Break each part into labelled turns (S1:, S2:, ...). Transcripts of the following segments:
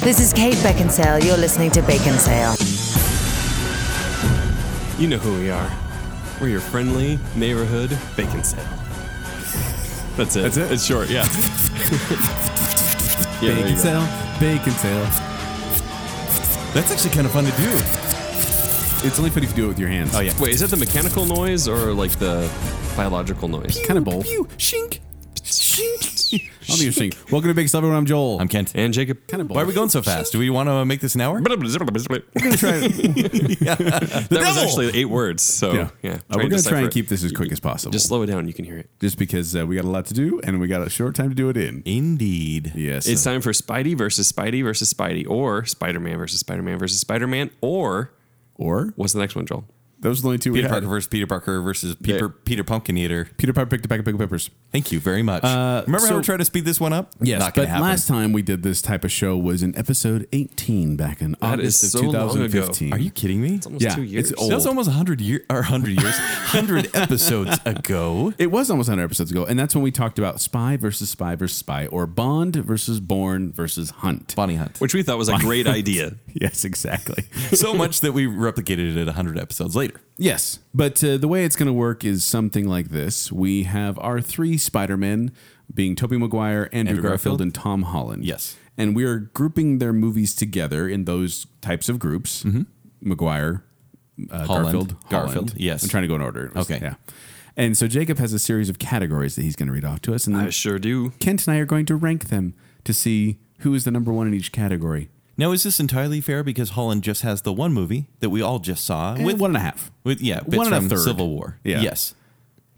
S1: This is Kate Beckinsale. You're listening to Bacon Sale.
S2: You know who we are. We're your friendly neighborhood bacon sale. That's it.
S3: That's it?
S2: It's short, yeah. yeah there you
S3: Bacon
S2: go.
S3: sale, bacon sale. That's actually kind of fun to do. It's only fun if you do it with your hands.
S2: Oh yeah. Wait, is that the mechanical noise or like the biological noise?
S3: Kind of bold.
S4: Pew, shink.
S3: I'll be interesting. Welcome to Big Celebrity. I'm Joel.
S4: I'm Kent.
S2: And Jacob.
S3: kind of bold.
S4: Why are we going so fast? Do we want to make this an hour?
S2: that was
S4: devil!
S2: actually eight words. So Oh, yeah,
S3: Yeah. Uh, we're
S2: to
S3: going to try
S2: decipher
S3: and
S2: it.
S3: keep this as quick as possible.
S2: Just slow it down. You can hear it.
S3: just because uh, we got a lot to do and we got a short time to do it in.
S4: Indeed.
S3: Yes.
S2: It's time for Spidey versus Spidey versus Spidey, or Spider Man versus Spider Man versus Spider Man, or
S3: or
S2: what's the next one, Joel?
S3: those are the only two we
S4: Peter
S3: had.
S4: Parker versus Peter Parker versus Peter
S2: Yeah.
S4: Peter Pumpkin Eater.
S3: Peter Parker picked a pack of pickled peppers.
S4: Thank you very much. Remember
S3: Uh, so-
S4: how we tried to speed this one up?
S3: Yes,
S4: Not
S3: but
S4: gonna happen.
S3: last time we did this type of show was in episode 18 back in
S2: That is
S3: August of
S2: so long ago.
S3: 2015.
S4: are you kidding me?
S2: Almost
S3: Yeah,
S2: two
S3: it's
S2: years.
S3: old.
S4: That was almost 100 year or 100 years, 100 episodes ago.
S3: It was almost 100 episodes ago, and that's when we talked about spy versus spy versus spy, or Bond versus Bourne versus Hunt.
S4: Bonnie Hunt.
S2: Which we thought was a great idea.
S3: Yes, exactly.
S4: so much that we replicated it 100 episodes later.
S3: yes, but uh, the way it's going to work is something like this: we have our three Spider-Men, being Tobey Maguire, Andrew,
S4: Andrew
S3: Garfield,
S4: Garfield.
S3: and Tom Holland.
S4: Yes.
S3: and we are grouping their movies together in those types of groups: Maguire, uh,
S4: Mm-hmm. Holland.
S3: Garfield,
S4: Garfield, yes.
S3: I'm trying to go in order. It was-
S4: Okay.
S3: yeah. And so Jacob has a series of categories that he's going to read off to us, and then
S2: I sure do.
S3: Kent and I are going to rank them to see who is the number one in each category.
S4: Now, is this entirely fair because Holland just has the one movie that we all just saw
S3: With one and a half.
S4: With yeah, bits
S3: One and a
S4: from
S3: third.
S4: Civil War.
S3: Yeah.
S4: Yes.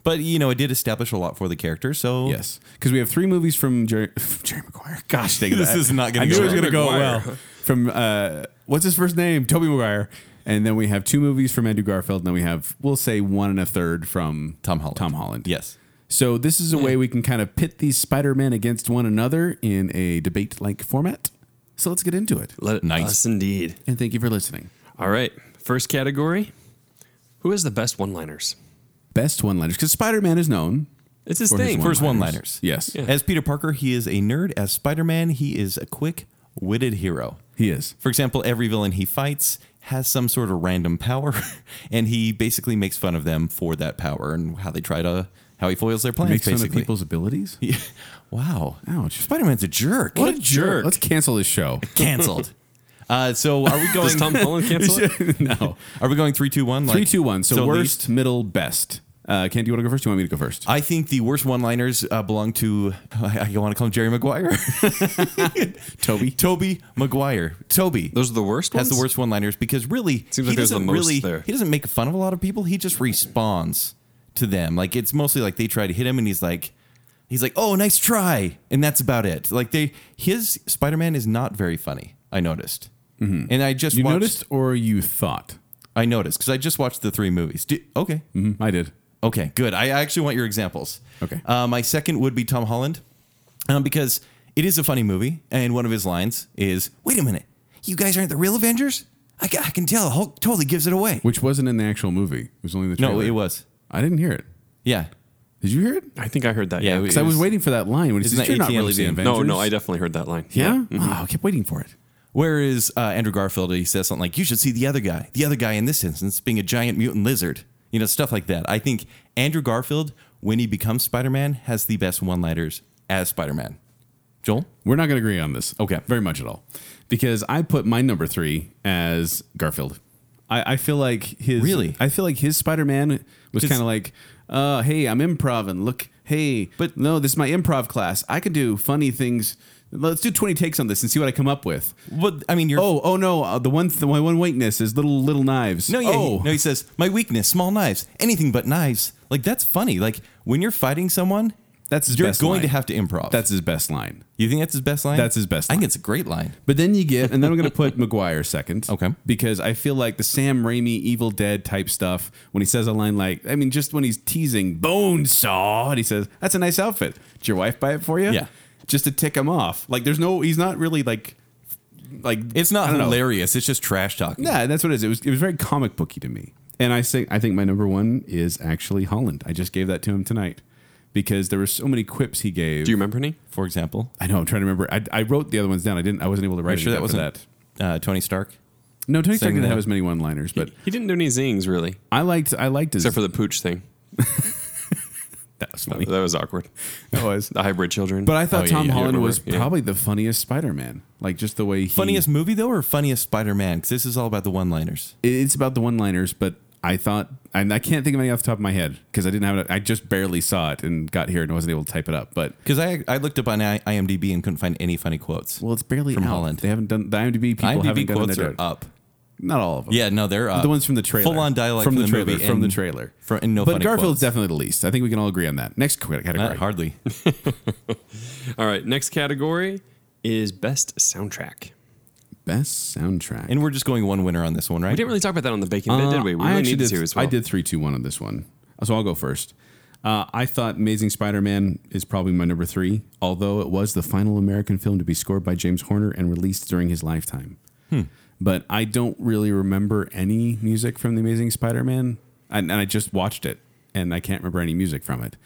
S4: But you know, it did establish a lot for the character. So
S3: Yes. Because we have three movies from Jerry, Jerry Maguire. Gosh dang it.
S4: This is not gonna
S3: I knew
S4: go
S3: it was
S4: well.
S3: going to go
S2: Maguire.
S3: well. From, uh, what's his first name? Toby Maguire. And then we have two movies from Andrew Garfield. And then we have, we'll say, one and a third from
S4: Tom Holland.
S3: Tom Holland.
S4: Yes.
S3: So this is a way we can kind of pit these Spider-Men against one another in a debate-like format. So let's get into it.
S2: Let
S4: Nice.
S2: us indeed.
S3: And thank you for listening.
S2: All right. First category. Who has the best one-liners?
S3: Best one-liners. Because Spider-Man is known.
S2: It's his
S3: For his
S2: thing.
S3: one-
S4: First one-liners.
S3: Yes.
S2: Yeah.
S4: As Peter Parker, he is a nerd. As Spider-Man, he is a quick-witted hero.
S3: He is.
S4: For example, every villain he fights has some sort of random power, and he basically makes fun of them for that power and how they try to how he foils their plans.
S3: Makes fun of
S4: basically,
S3: people's abilities.
S4: wow,
S3: Ouch.
S4: Spider-Man's a jerk.
S2: What a jerk.
S3: Let's cancel this show.
S4: Canceled. uh, so are we
S2: Does
S4: going?
S2: Tom Holland cancel it?
S3: no.
S4: Are we going three, two, one? Like,
S3: Three, two, one. So, worst,
S4: least- Uh,
S3: middle, best. Uh, Ken, do you want to go first? Do you want me to go first?
S4: I think the worst one-liners uh, belong to I, I want to call him Jerry Maguire,
S3: Toby.
S4: Toby Maguire, Toby.
S2: Those are the worst
S4: has
S2: ones?
S4: the worst one-liners because really
S2: Seems
S4: he
S2: like there's the
S4: doesn't
S2: most
S4: really
S2: there.
S4: he doesn't make fun of a lot of people. He just responds to them. Like it's mostly like they try to hit him and he's like he's like, "Oh, nice try." And that's about it. Like they his Spider-Man is not very funny. I noticed.
S2: Mm-hmm.
S4: And I just
S3: You
S4: watched,
S3: noticed or you thought?
S4: I noticed cuz I just watched the three movies. Do, okay.
S3: Mm, I did.
S4: Okay, good. I actually want your examples.
S3: Okay.
S4: Uh, my second would be Tom Holland, um, because it is a funny movie, and one of his lines is, "Wait a minute, you guys aren't the real Avengers." I, ca- I can tell Hulk totally gives it away.
S3: Which wasn't in the actual movie. It was only the trailer.
S4: No, it was.
S3: I didn't hear it.
S4: Yeah,
S3: Did you hear it?
S2: I think I heard that.
S4: Yeah,
S2: Yeah.
S4: we-
S3: Because I was waiting for that line when he
S4: Isn't
S3: says,
S4: that
S3: "You're not
S4: AT&T?
S3: really the Avengers."
S2: no, no, I definitely heard that line.
S3: yeah. Oh, I kept waiting for it.
S4: Whereas uh, Andrew Garfield, he says something like, "You should see the other guy. The other guy in this instance being a giant mutant lizard." You know, stuff like that. I think Andrew Garfield, when he becomes Spider-Man, has the best one-liners as Spider-Man. Joel,
S3: We're not going to agree on this.
S4: Okay.
S3: Very much at all. Because I put my number three as Garfield. I, I feel like his
S4: Really?
S3: I feel like his Spider Man was
S4: It's-
S3: kind of like, uh, hey, I'm improv and look, hey,
S4: But-
S3: but no, this is my improv class. I can do funny things. Let's do 20 takes on this and see what I come up with.
S4: what? I mean, you're
S3: Oh, oh no, uh, the one th- my one weakness is little little knives.
S4: No, yeah,
S3: oh,
S4: he, no. He says, "My weakness: small knives. Anything but knives." Like that's funny. Like when you're fighting someone,
S3: That's his
S4: you're
S3: best
S4: going
S3: line.
S4: to have to improv.
S3: that's his best line.
S4: you think that's his best line.
S3: That's his best
S4: I think
S3: line.
S4: it's a great line.
S3: But then you get, and then I'm going to put McGuire second.
S4: Okay.
S3: Because I feel like the Sam Raimi Evil Dead type stuff, when he says a line like, I mean, just when he's teasing Bone Saw, and he says, That's a nice outfit. Did your wife buy it for you?
S4: Yeah.
S3: Just to tick him off. Like, there's no, he's not really like, like,
S4: It's
S3: I
S4: not
S3: don't know.
S4: hilarious. It's just trash talking.
S3: Yeah, that's what it is. It was, it was very comic booky to me. And I think, I think my number one is actually Holland. I just gave that to him tonight because there were so many quips he gave.
S2: Do you remember any?
S4: for example.
S3: I know. I'm trying to remember. I, I wrote the other ones down. I didn't. I wasn't able to
S4: Are you
S3: write.
S4: sure that
S3: anything for
S4: wasn't Uh, Tony Stark?
S3: that. No, Tony Stark
S4: saying
S3: didn't
S4: that?
S3: have as many one-liners, but
S2: He didn't do any zings really,
S3: I liked. I liked his.
S2: except for the pooch thing.
S3: that was funny.
S2: That was awkward.
S3: That was.
S2: The hybrid children.
S3: But I thought
S2: Oh, yeah,
S3: Tom
S2: yeah, I
S3: Holland
S2: remember,
S3: was
S2: yeah.
S3: probably the funniest Spider-Man. Like just the way he
S4: Funniest movie though, or funniest Spider Man? Because this is all about the one liners.
S3: It's about the one-liners, but I thought, and I can't think of any off the top of my head because I didn't have it. I just barely saw it and got here and wasn't able to type it up. But
S4: Because I I looked up on I- IMDb and couldn't find any funny quotes.
S3: well, it's barely
S4: From
S3: out.
S4: Holland.
S3: They haven't done the IMDb people haven't
S4: IMDb
S3: done
S4: quotes
S3: their
S4: are
S3: dirt.
S4: up.
S3: Not all of them.
S4: Yeah, no, they're up.
S3: the ones from the trailer,
S4: Full on dialogue
S3: from, the,
S4: movie
S3: trailer, from the
S4: and-
S3: trailer,
S4: fro- and no
S3: But
S4: funny
S3: Garfield's
S4: quotes.
S3: definitely the least. I think we can all agree on that. Next qu-
S4: Not
S3: category.
S4: hardly.
S2: All right, next category is best soundtrack.
S3: Best soundtrack.
S4: And we're just going one winner on this one, right?
S2: We didn't really talk about that on the bacon bit,
S3: Uh,
S2: did we? We
S3: I
S2: really
S3: actually
S2: needed
S3: did,
S2: to as well.
S3: I did three, two, one on this one, so I'll go first. Uh, I thought Amazing Spider-Man is probably my number three, although it was the final American film to be scored by James Horner and released during his lifetime.
S2: Hmm.
S3: But I don't really remember any music from the Amazing Spider-Man, and, and I just watched it, and I can't remember any music from it.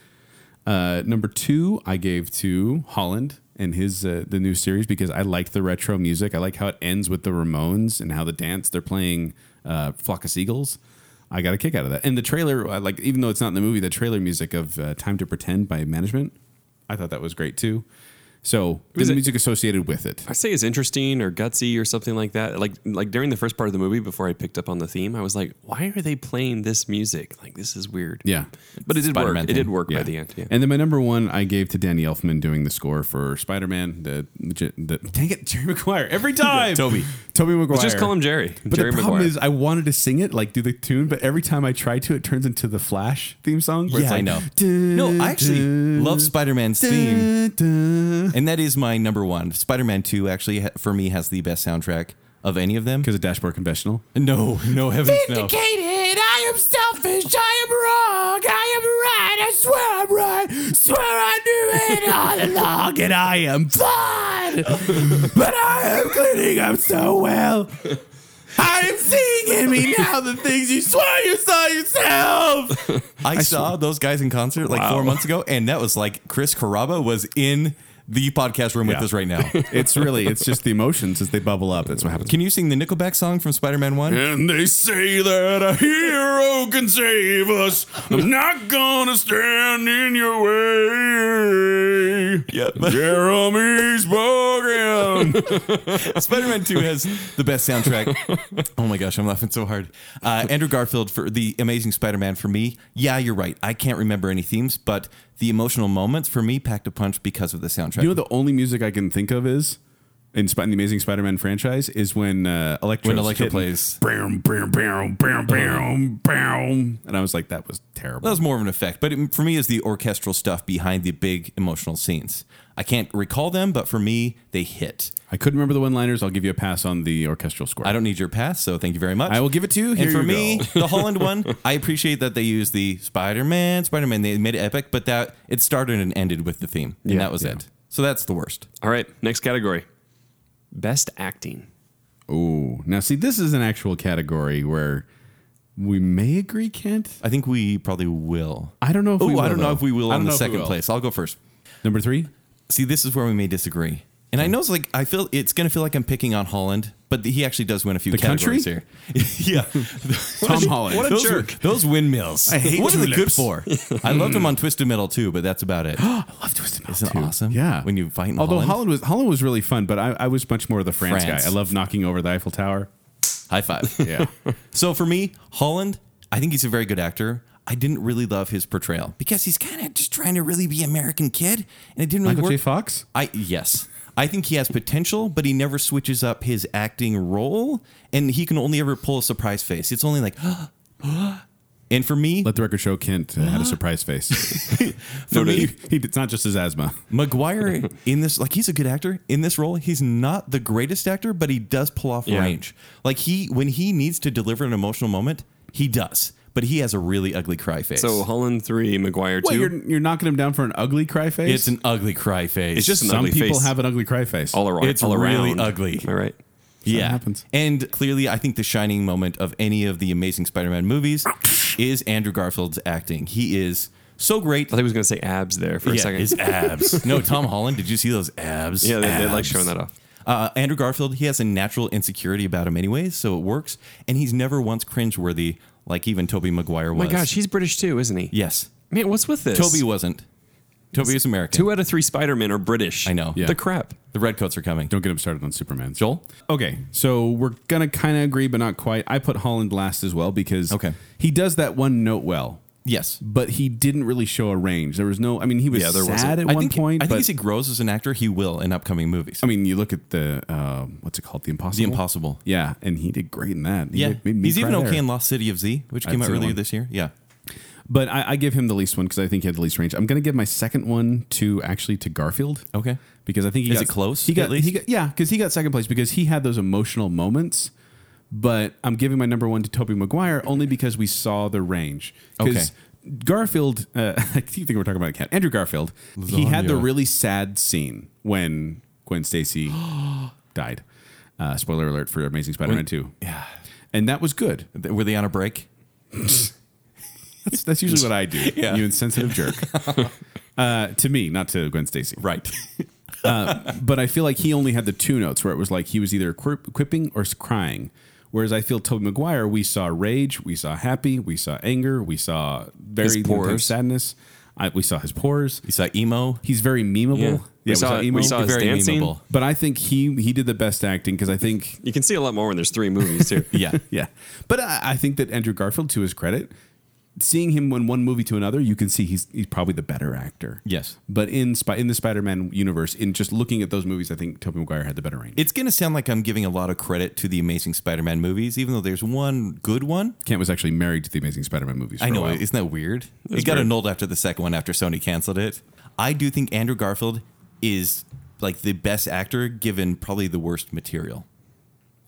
S3: Uh, number two, I gave to Holland and his uh, the new series because I like the retro music. I like how it ends with the Ramones and how the dance they're playing uh, "Flock of Seagulls." I got a kick out of that. And the trailer, I like even though it's not in the movie, the trailer music of uh, "Time to Pretend" by Management, I thought that was great too. So the
S2: Was it-
S3: music associated with it.
S2: I say it's interesting or gutsy or something like that. Like like during the first part of the movie, before I picked up on the theme, I was like, "Why are they playing this music? Like this is weird."
S3: Yeah.
S2: but it did
S4: Spider-Man
S2: work.
S4: thing.
S2: It did work
S3: Yeah.
S2: by the end. Yeah.
S3: And then my number one, I gave to Danny Elfman doing the score for Spider Man. The, the dang it, Jerry Maguire every time.
S4: Toby.
S3: Toby Maguire.
S2: Let's just call him Jerry.
S3: But
S2: Jerry
S3: the problem
S2: Maguire.
S3: is, I wanted to sing it, like do the tune, but every time I try to, it turns into the Flash theme song. where it's
S4: Yeah, I
S3: like,
S4: know.
S3: "Dun,
S4: No, I actually
S3: dun,
S4: love Spider Man's
S3: dun,
S4: theme.
S3: dun."
S4: And that is my number one. Spider Man 2 actually, ha- for me, has the best soundtrack of any of them.
S3: Because of Dashboard Confessional.
S4: No, no, heavens, no.
S3: I am selfish. I am wrong. I am right. I swear I'm right. Swear I knew it all along, and I am fine. But I am cleaning up so well. I am seeing in me now the things you swear you saw yourself.
S4: I, saw those guys in concert like four months ago, and that was like Chris Caraba was in the podcast room
S3: Yeah.
S4: with us right now.
S3: It's really, it's just the emotions as they bubble up. That's what happens.
S4: Can you sing the Nickelback song from Spider Man 1?
S3: And they say that a hero can save us. I'm not gonna stand in your way.
S4: Yeah, but-
S3: Jeremy's program.
S4: Spider Man 2 has the best soundtrack. oh my gosh, I'm laughing so hard. Uh, Andrew Garfield for The Amazing Spider Man for me. Yeah, you're right. I can't remember any themes, but the emotional moments for me packed a punch because of the soundtrack.
S3: you know, the only music I can think of is. In, Sp- in the Amazing Spider-Man franchise is when uh, Electro
S4: when Electro plays.
S3: bam, bam, bam, bam, bam, bam, and I was like, that was
S4: That
S3: terrible.
S4: was more of an effect, but it, for me, is the orchestral stuff behind the big emotional scenes. I can't recall them, but for me, they hit.
S3: I couldn't remember the one-liners. I'll give you a pass on the orchestral score.
S4: I don't need your pass, so thank you very much.
S3: I will give it to you. Here
S4: and for
S3: you
S4: me,
S3: go.
S4: the Holland one, I appreciate that they used the Spider-Man, Spider-Man. They made it epic, but that it started and ended with the theme, and
S2: Yeah.
S4: that was
S3: Yeah.
S4: it. So that's the worst.
S2: All right, next category, best acting.
S3: Ooh. Now, see, this is an actual category where we may agree, Kent.
S4: I think we probably will.
S3: I don't know if
S4: Oh,
S3: we will,
S4: I don't know
S3: though.
S4: if we will
S3: I
S4: on
S3: don't
S4: the
S3: know if we
S4: second
S3: will.
S4: place. I'll go first.
S3: Number three?
S4: See, this is where we may disagree. And
S3: Hmm.
S4: I know it's like I feel it's gonna feel like I'm picking on Holland, but he actually does win a few
S3: The country?
S4: categories here. yeah,
S3: Tom Holland.
S2: what a
S4: those,
S2: jerk.
S4: Those windmills. I
S3: hate
S4: what are they good
S3: tulips.
S4: for? I loved him on Twisted Metal too, but that's about it.
S3: I love Twisted Metal.
S4: Isn't it awesome?
S3: Yeah.
S4: When you fight in
S3: Although
S4: Holland?
S3: Holland. was Holland was really fun, but I, I was much more of the France,
S4: France.
S3: guy. I love knocking over the Eiffel Tower.
S4: High five.
S3: Yeah.
S4: So for me, Holland, I think he's a very good actor. I didn't really love his portrayal because he's kind of just trying to really be American kid, and it didn't really
S3: Michael
S4: work.
S3: J. Fox?
S4: I yes. I think he has potential, but he never switches up his acting role, and he can only ever pull a surprise face. It's only like, and for me,
S3: Let the record show Kent uh, had a surprise face.
S4: for
S3: he,
S4: me,
S3: he, it's not just his asthma.
S4: McGuire in this, like he's a good actor in this role. He's not the greatest actor, but he does pull off
S2: Yeah.
S4: range. Like he, when he needs to deliver an emotional moment, he does. But he has a really ugly cry face.
S2: So Holland three, Maguire
S3: Well,
S2: two.
S3: you're, you're knocking him down for an ugly cry face?
S4: it's an ugly cry face.
S2: It's just an
S3: Some
S2: ugly
S3: people
S2: face.
S3: have an ugly cry face.
S2: all around.
S4: it's
S2: all
S4: really
S2: around.
S4: ugly.
S2: All right.
S4: yeah.
S3: happens.
S4: And clearly, I think the shining moment of any of the Amazing Spider-Man movies is Andrew Garfield's acting. He is So great.
S2: I thought he was going to say abs there for a
S4: yeah,
S2: second.
S4: his abs. no, Tom Holland. Did you see those abs?
S2: yeah, they, they like
S4: Abs.
S2: showing that off.
S4: Uh, Andrew Garfield, he has a natural insecurity about him, anyways, so it works. And he's never once cringeworthy, like even Toby Maguire
S2: Oh
S4: was.
S2: my gosh, he's British too, isn't he?
S4: yes,
S2: Man, what's with this?
S4: Toby wasn't. Toby is American.
S2: Two out of three Spider Men are British.
S4: I know.
S3: Yeah.
S2: The crap.
S4: The Redcoats are coming.
S3: Don't get him started on Superman.
S4: Joel,
S3: Okay, so we're gonna kind of agree, but not quite. I put Holland last as well because
S4: Okay.
S3: he does that one note well,
S4: yes.
S3: but he didn't really show a range. There was no. I mean, he was
S2: Yeah, there
S3: sad
S2: wasn't.
S3: at
S4: I
S3: one
S4: think,
S3: point.
S4: I think
S3: but,
S4: as he grows as an actor, he will in upcoming movies.
S3: I mean, you look at the uh, what's it called, The Impossible.
S4: The Impossible.
S3: Yeah, and he did great in that. He
S4: Yeah,
S3: made- made me
S4: he's
S3: cry
S4: even okay
S3: there.
S4: in Lost City of Z, which
S3: I
S4: came
S3: haven't
S4: out
S3: seen that
S4: earlier
S3: one.
S4: this year. Yeah,
S3: But I, I give him the least one because I think he had the least range. I'm going to give my second one to actually to Garfield.
S4: Okay.
S3: Because I think he
S4: Is
S3: got
S4: it close,
S3: He got,
S4: at least?
S3: he got yeah, because he got second place because he had those emotional moments. But I'm giving my number one to Toby Maguire only because we saw the range. 'Cause Garfield, uh, I keep thinking we're talking about a cat. Andrew Garfield, he had the
S4: Lasagna.
S3: really sad scene when Gwen Stacy died. Uh, spoiler alert for Amazing Spider-Man 2.
S4: yeah.
S3: And that was good.
S4: Th- Were they on a break?
S3: That's, that's usually what I do.
S4: Yeah.
S3: You insensitive jerk. uh, to me, not to Gwen Stacy.
S4: Right.
S3: But I feel like he only had the two notes where it was like he was either quir- quipping or s- crying. Whereas I feel Tobey Maguire, we saw rage, we saw happy, we saw anger, we saw very intense
S2: pores.
S3: sadness. I, we saw his pores.
S4: You saw emo.
S3: He's very memeable.
S2: Yeah. we, saw, we saw his
S4: Very
S2: dancing.
S4: memeable.
S3: But I think he he did the best acting because I think
S2: You can see a lot more when there's three movies too.
S4: Yeah.
S3: yeah. But I, I think that Andrew Garfield, to his credit, seeing him in one movie to another, you can see he's he's probably the better actor.
S4: Yes.
S3: But in Spi- in the Spider-Man universe, in just looking at those movies, I think Tobey Maguire had the better range.
S4: It's going to sound like I'm giving a lot of credit to the Amazing Spider-Man movies, even though there's one good one.
S3: Kent was actually married to the Amazing Spider-Man movies. For
S4: I
S3: a
S4: know,
S3: while.
S4: isn't that weird? It got
S2: weird.
S4: annulled after the second one after Sony canceled it. I do think Andrew Garfield is like the best actor given probably the worst material.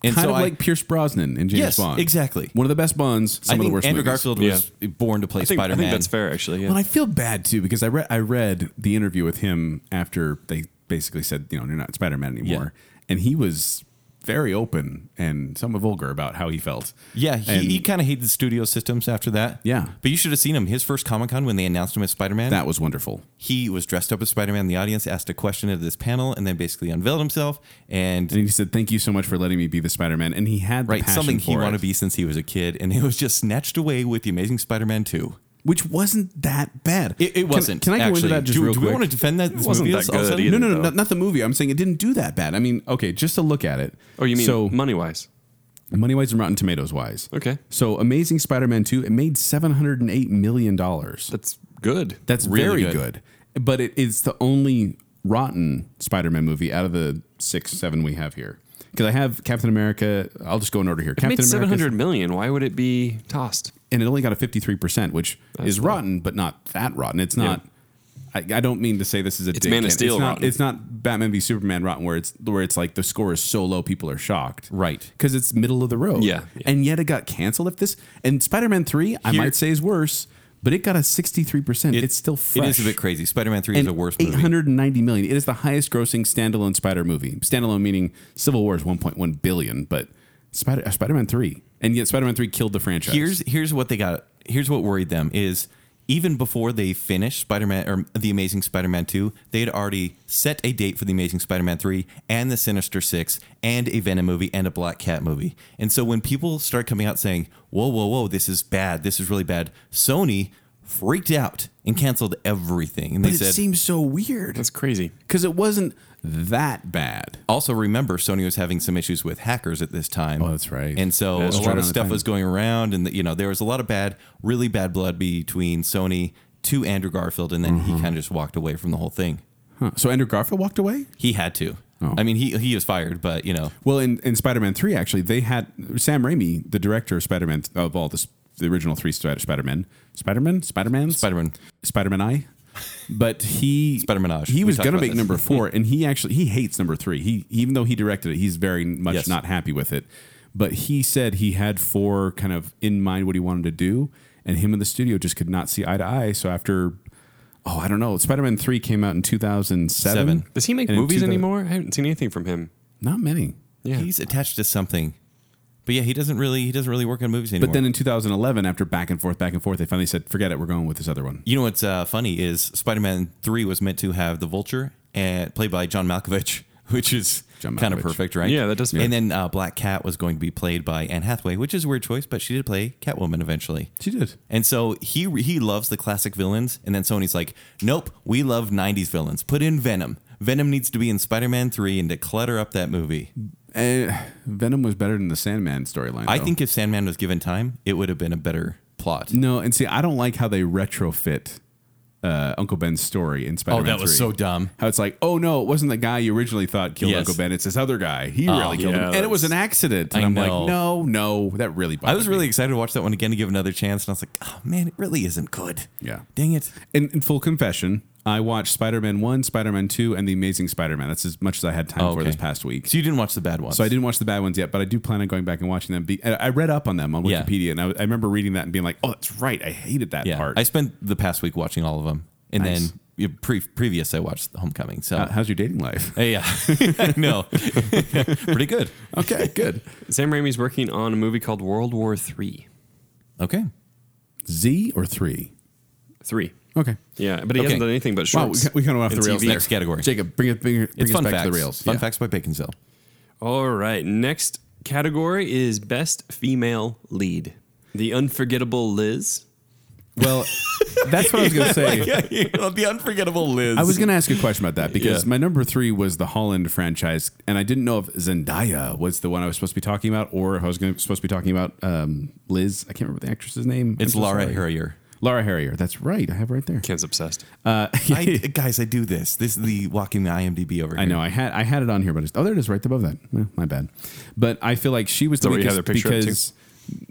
S4: And
S3: kind
S4: so
S3: of
S4: I,
S3: like Pierce Brosnan and James
S4: Yes,
S3: Bond.
S4: exactly.
S3: One of the best Bonds. Some
S4: I
S3: of
S4: think
S3: the worst.
S4: Andrew
S3: movies.
S4: Garfield
S2: Yeah.
S4: was born to play
S2: I think, I
S4: Spider-Man.
S2: think that's fair, actually. Yeah.
S3: Well, I feel bad too because I read I read the interview with him after they basically said, you know, you're not Spider Man anymore, and he was very open and somewhat vulgar about how he felt.
S4: Yeah, he,
S3: And
S4: he kind of hated the studio systems after that.
S3: Yeah.
S4: But you should have seen him. His first Comic Con when they announced him as Spider Man,
S3: that was wonderful.
S4: he was dressed up as Spider Man. The audience asked a question at this panel and then basically unveiled himself and,
S3: And he said, "Thank you so much for letting me be the Spider Man." And he had the
S4: right
S3: passion
S4: something he
S3: for
S4: wanted
S3: it,
S4: to be since he was a kid. And it was just snatched away with The Amazing Spider Man 2.
S3: which wasn't that bad.
S4: It, it
S3: Can-
S4: wasn't.
S3: Can, I go into
S4: actually.
S3: that just
S4: do,
S3: real
S4: do
S3: quick?
S4: we want to defend that? This
S2: wasn't
S4: movie
S2: that
S4: is all of a
S2: good
S4: sudden?
S2: either.
S3: no, no, no,
S2: though.
S3: not, not the movie. I'm saying it didn't do that bad. I mean, okay, just to look at it.
S2: oh, you mean
S3: so
S2: money wise?
S3: money wise and Rotten Tomatoes wise?
S2: Okay.
S3: So Amazing Spider-Man 2, it made 708 million dollars.
S2: That's good.
S3: That's
S4: really
S3: very good. But it is the only rotten Spider-Man movie out of the six, seven we have here. Because I have Captain America. I'll just go in order here.
S2: It
S3: Captain
S2: made seven
S3: America's-
S2: hundred million. Why would it be tossed?
S3: and it only got a 53%, which is rotten, but not that rotten. It's not. I, I don't mean to say this is a dick
S2: Man of
S3: hit.
S2: Steel
S3: It's not,
S2: rotten.
S3: it's not Batman v Superman rotten, where it's where it's like the score is so low people are shocked,
S4: Right.
S3: Because it's middle of the road,
S2: Yeah, yeah.
S3: And yet it got canceled. If this and Spider Man three, I
S4: Here-
S3: might say is worse, but it got a sixty three percent.
S4: It-
S3: It's still fresh.
S4: It is a bit crazy. Spider Man 3
S3: And
S4: is the worst
S3: eight
S4: movie.
S3: hundred and ninety million. It is the highest grossing standalone Spider movie. Standalone meaning Civil War is one point one billion, but Spider Spider Man three, and yet Spider Man three killed the franchise.
S4: here's here's what they got here's what worried them is even before they finished spider-man or the amazing spider-man 2 they had already set a date for the amazing spider-man 3 and the sinister six and a venom movie and a black cat movie and so when people start coming out saying whoa whoa whoa this is bad this is really bad sony freaked out and canceled everything and
S3: but
S4: they
S3: it
S4: said
S3: seems so weird.
S2: That's crazy.
S3: because it wasn't that bad.
S4: also remember Sony was having some issues with hackers at this time.
S3: Oh, that's right.
S4: And so
S3: That's
S4: a
S3: right
S4: lot
S3: on
S4: of
S3: the
S4: stuff
S3: time.
S4: was going around, and you know there was a lot of bad, really bad blood between Sony to Andrew Garfield, and then he
S3: Mm-hmm.
S4: kind of just walked away from the whole thing.
S3: Huh. So Andrew Garfield walked away.
S4: He had to.
S3: Oh.
S4: I mean, he he was fired, but you know,
S3: Well, in, in Spider Man three, actually, they had Sam Raimi, the director of Spider Man of all the, s- the original three Spider Man, Spider Man, Spider Man,
S4: Spider-Man.
S3: Spider Man I. But he
S4: Spider-Manage.
S3: He
S4: We
S3: was
S4: talked
S3: gonna
S4: about
S3: make
S4: this.
S3: number four, and he actually he hates number three. He even though he directed it, he's very much
S4: Yes.
S3: not happy with it. But he said he had four kind of in mind what he wanted to do, and him and the studio just could not see eye to eye. So after, oh, I don't know, Spider Man three came out in two thousand
S4: Seven.
S3: seven.
S2: Does he make movies anymore? I haven't seen anything from him.
S3: Not many.
S2: Yeah.
S4: he's attached to something. But yeah, he doesn't really he doesn't really work on movies anymore.
S3: But then in 2011, after back and forth, back and forth, they finally said, "Forget it, we're going with this other one."
S4: you know what's uh, funny is Spider-Man Three was meant to have the Vulture and played by John Malkovich, which is
S3: John
S4: kind of
S3: Malkovich.
S4: perfect, right?
S2: Yeah, that does fit.
S4: And then uh, Black Cat was going to be played by Anne Hathaway, which is a weird choice, but she did play Catwoman eventually.
S3: She did.
S4: And so he he loves the classic villains, and then Sony's like, "Nope, we love '90s villains. Put in Venom. Venom needs to be in Spider-Man Three and to clutter up that movie."
S3: Uh, Venom was better than the Sandman storyline.
S4: I
S3: though.
S4: think if Sandman was given time, it would have been a better plot.
S3: no, and see, I don't like how they retrofit uh, Uncle Ben's story in Spider-Man.
S4: Oh, that was
S3: 3.
S4: so dumb.
S3: How it's like, oh no, it wasn't the guy you originally thought killed
S4: Yes. Oh,
S3: Uncle Ben. It's this other guy. He really killed
S2: yeah,
S3: him, and it was an
S2: that's-
S3: accident. And
S4: I
S3: I'm
S4: know.
S3: like, no, no, that really.
S4: I
S3: Bothered
S4: was
S3: me.
S4: really excited to watch that one again to give another chance, and I was like, "Oh man, it really isn't good."
S3: Yeah.
S4: dang it.
S3: In, in full confession, I watched Spider Man 1, Spider Man 2, and The Amazing Spider Man. That's as much as I had time for
S4: okay.
S3: this past week.
S4: So you didn't watch the bad ones.
S3: So I didn't watch the bad ones yet, but I do plan on going back and watching them. Be- I I read up on them on
S4: Yeah.
S3: Wikipedia, and I, I remember reading that and being like, oh, that's right. I hated that
S4: Yeah,
S3: part.
S4: I spent the past week watching all of them, and
S3: Nice.
S4: then yeah, pre- previous I watched Homecoming. So
S3: Uh, how's your dating life?
S4: yeah, I know, pretty good.
S3: okay, good.
S2: Sam Raimi's working on a movie called World War Three.
S4: Okay,
S3: Z or three?
S2: Three.
S3: Okay.
S2: Yeah, but he
S4: Okay.
S2: hasn't done anything but
S3: Wow,
S2: shorts.
S3: we, we kind of went off
S4: And
S3: the rails.
S4: TV.
S3: there.
S4: Next category.
S3: Jacob, bring it, bring, it- bring
S4: it's
S3: us
S4: fun
S3: back
S4: facts.
S3: to the rails.
S4: Fun
S3: Yeah.
S4: facts by Bacon Cell.
S2: All right. Next category is best female lead. The unforgettable Liz.
S3: Well, that's what I was going to say.
S4: the unforgettable Liz.
S3: I was going to ask you a question about that because
S4: Yeah.
S3: my number three was the Holland franchise, and I didn't know if Zendaya was the one I was supposed to be talking about, or if I was gonna, supposed to be talking about um, Liz. I can't remember the actress's name.
S4: It's
S3: I'm so
S4: Laura
S3: sorry.
S4: Harrier.
S3: Laura Harrier. That's right. I have it right there.
S2: Ken's obsessed.
S4: I, guys, I do this. This is the walking the IMDb over here.
S3: I know. I had I had it on here, but it's, oh, there it is, right above that. Well, my bad. But I feel like she was the
S2: that where you
S3: weakest
S2: have their picture up, too?
S3: because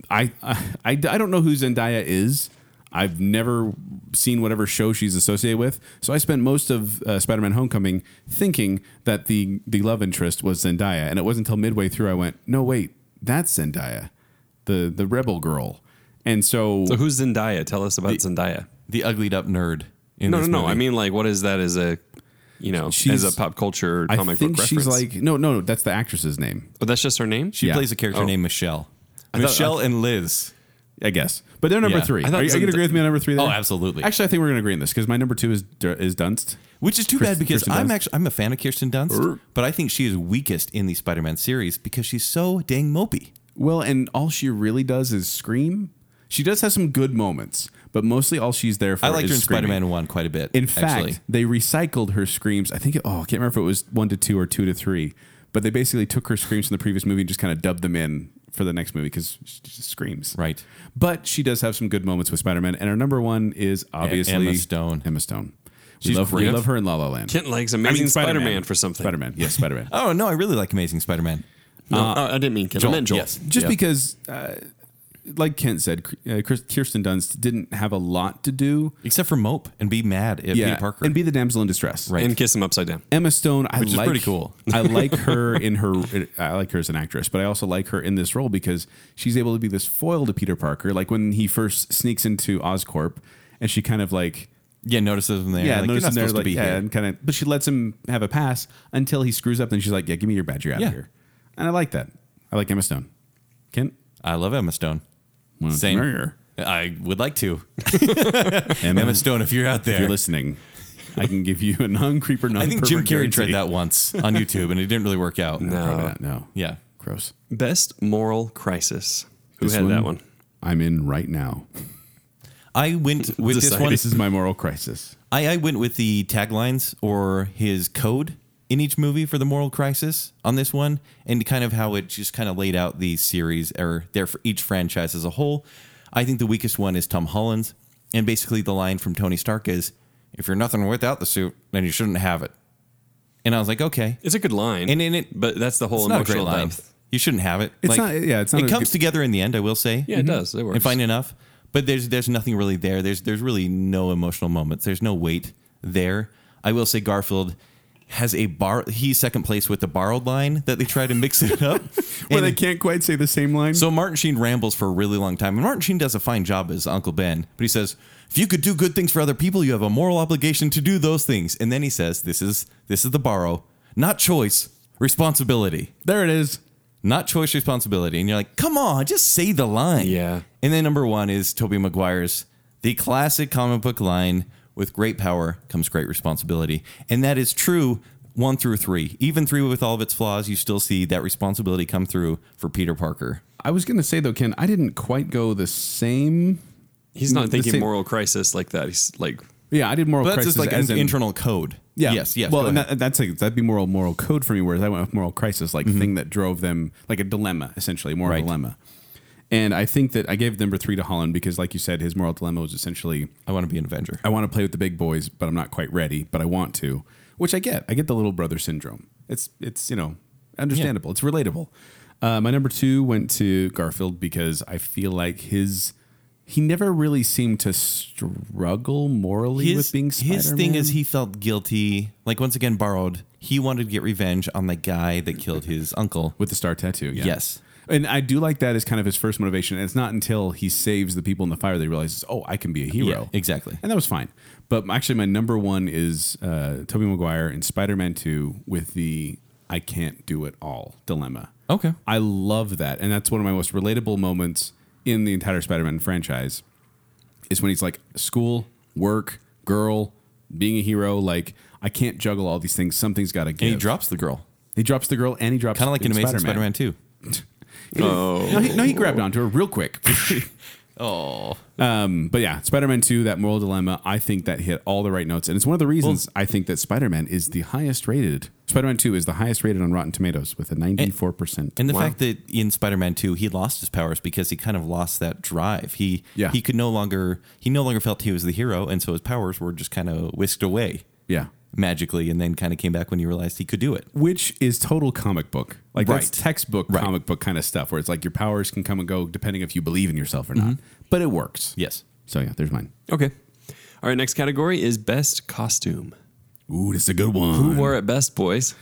S3: I, I I I don't know who Zendaya is. I've never seen whatever show she's associated with, so I spent most of uh, Spider-Man: Homecoming thinking that the the love interest was Zendaya, and it wasn't until midway through I went, no, wait, that's Zendaya, the the rebel girl, and so,
S2: So who's Zendaya? Tell us about Zendaya.
S4: The uglied up nerd. In
S2: No, no,
S4: this
S2: no.
S4: movie.
S2: I mean, like, what is that as a, you know,
S3: She's-
S2: as a pop culture or
S3: I
S2: comic
S3: think
S2: book reference?
S3: she's like, no, no, no, that's the actress's name,
S2: oh, that's just her name.
S4: she
S3: yeah.
S4: plays a character
S2: Oh.
S4: named Michelle.
S3: thought-
S4: Michelle and Liz.
S3: I guess. But they're number
S4: Yeah.
S3: three.
S4: I
S3: Are
S2: thought
S3: you, are you
S2: some-
S3: going to agree with me on number three? There?
S4: Oh, absolutely.
S3: Actually, I think we're going to agree on this because my number two is Dur- is Dunst.
S4: Which is too
S3: Kirsten-
S4: bad because
S3: Kirsten
S4: I'm
S3: Dunst.
S4: actually I'm a fan of Kirsten Dunst,
S3: Er.
S4: but I think she is weakest in the Spider-Man series because she's so dang mopey.
S3: Well, and all she really does is scream. She does have some good moments, but mostly all she's there for.
S4: I liked
S3: is
S4: her in
S3: screaming.
S4: Spider-Man One quite a bit.
S3: In fact,
S4: actually.
S3: they recycled her screams. I think. it- Oh, I can't remember if it was one to two or two to three. But they basically took her screams from the previous movie and just kind of dubbed them in for the next movie because she just screams.
S4: Right.
S3: But she does have some good moments with Spider Man, and her number one is obviously
S4: Emma Stone.
S3: Emma Stone. We
S4: She's
S3: love, we
S4: great.
S3: love her in La La Land.
S2: Kent likes Amazing Spider-Man. for something.
S3: Spider Man. Yes, Spider Man.
S4: Oh no, I really like Amazing Spider-Man.
S2: No, oh, I didn't mean Kent. I meant Joel.
S4: Yes.
S3: Just because, uh, like Kent said, uh, Chris- Kirsten Dunst didn't have a lot to do.
S4: Except for mope and be mad at Peter Parker.
S3: and be the damsel in distress.
S4: Right.
S2: And kiss him upside down.
S3: Emma Stone, I
S4: Which is
S3: like,
S4: pretty cool.
S3: I like her in her. I like her as an actress, but I also like her in this role because she's able to be this foil to Peter Parker. Like when he first sneaks into Oscorp, and she kind of like
S4: yeah, notices them there.
S3: yeah,
S4: like, you're
S3: notice
S4: not
S3: him there
S4: supposed to
S3: like
S4: be
S3: yeah,
S4: here.
S3: and kind of. But she lets him have a pass until he screws up, and she's like, "Yeah, give me your badge, you're out
S4: Yeah.
S3: of here." And I like that. I like Emma Stone. Kent,
S4: I love Emma Stone.
S3: wanna
S4: Same.
S3: marry her?
S4: I would like to.
S3: Emma,
S4: Emma Stone, if you're out there.
S3: if you're listening, I can give you a non-creeper, non
S4: I think Jim Carrey tried that once on YouTube and it didn't really work out.
S2: No.
S3: no,
S4: Yeah.
S3: gross.
S2: Best moral crisis. Who
S3: This
S2: had that one?
S3: I'm in right now.
S4: I went with this
S2: Decided.
S4: one.
S3: This is my moral crisis.
S4: I, I went with the taglines or his code in each movie for the moral crisis on this one and kind of how it just kind of laid out the series or there for each franchise as a whole. I think the weakest one is Tom Holland's. And basically, the line from Tony Stark is if you're nothing without the suit, then you shouldn't have it. And I was like, okay.
S2: It's a good line,
S4: And in it-
S2: but that's the whole
S4: It's not a great
S2: emotional
S4: line.
S2: depth.
S4: You shouldn't have it.
S3: It's not- yeah, it's not
S4: It
S3: a
S4: comes
S3: good-
S4: together in the end, I will say. Mm-hmm.
S2: Yeah, it does. It works.
S4: And fine enough. But there's there's nothing really there. There's there's really no emotional moments. There's no weight there. I will say Garfield has a bar. He's second place with the borrowed line that they try to mix it up.
S3: Well,
S4: And
S3: they can't quite say the same line.
S4: so Martin Sheen rambles for a really long time, and Martin Sheen does a fine job as Uncle Ben. But he says, "If you could do good things for other people, you have a moral obligation to do those things." And then he says, "This is this is the borrow, not choice, responsibility."
S3: there it is.
S4: not choice responsibility. And you're like, come on, just say the line.
S2: Yeah.
S4: And then number one is Toby Maguire's the classic comic book line with great power comes great responsibility. And that is true one through three. Even three with all of its flaws, you still see that responsibility come through for Peter Parker.
S3: I was going to say though, Ken, I didn't quite go the same.
S2: He's not
S3: The
S2: thinking
S3: same-
S2: moral crisis like that. He's like,
S3: Yeah, I did moral
S4: But that's
S3: crisis
S4: just like
S3: as
S4: an
S3: in-
S4: internal code.
S3: Yeah.
S4: Yes, yes.
S3: Well,
S4: go
S3: and
S4: ahead.
S3: that, that's like that'd be moral moral code for me. Whereas I went with moral crisis, like thing that drove them, like a dilemma, essentially moral
S4: Mm-hmm. Right.
S3: dilemma. And I think that I gave number three to Holland because, like you said, his moral dilemma was essentially
S4: I want to be an Avenger.
S3: I want to play with the big boys, but I'm not quite ready, but I want to, which I get. I get the little brother syndrome. It's it's you know understandable. It's relatable. Uh, my number two went to Garfield because I feel like his he never really seemed to struggle morally with being Spider-Man.
S4: his thing is he felt guilty, like once again borrowed. He wanted to get revenge on the guy that killed his uncle.
S3: with the star tattoo. Yeah.
S4: Yes.
S3: And I do like that as kind of his first motivation. And it's not until he saves the people in the fire that he realizes, oh, I can be a hero.
S4: Yeah, exactly.
S3: And that was fine. But actually, my number one is uh, Tobey Maguire in Spider Man 2 with the I can't do it all dilemma.
S4: Okay.
S3: I love that. And that's one of my most relatable moments in the entire Spider Man franchise is when he's like, school, work, girl, being a hero. Like, I can't juggle all these things. Something's got to give.
S4: And he drops the girl,
S3: He drops the girl and he drops
S4: kind of like in Amazing
S3: Spider-Man. Oh.
S4: Spider-Man Two.
S3: No, he, no, he grabbed onto her real quick.
S4: Oh,
S3: Um, but yeah, Spider Man 2, that moral dilemma, I think that hit all the right notes. And it's one of the reasons I think that Spider Man is the highest rated. Spider Man 2 is the highest rated on Rotten Tomatoes with a 94%.
S4: and the
S2: Wow.
S4: fact that in Spider-Man Two he lost his powers because he kind of lost that drive. He
S3: Yeah.
S4: he could no longer he no longer felt he was the hero, and so his powers were just kind of whisked away
S3: yeah.
S4: magically, and then kind of came back when he realized he could do it.
S3: Which is total comic book. Like that's
S4: Right.
S3: textbook
S4: Right.
S3: comic book kind of stuff where it's like your powers can come and go depending if you believe in yourself or not. But it works.
S4: Yes.
S3: So Mm-hmm. yeah, there's mine.
S2: okay. All right. Next category is best costume.
S3: Ooh, this is a good one.
S2: Who wore it best, boys?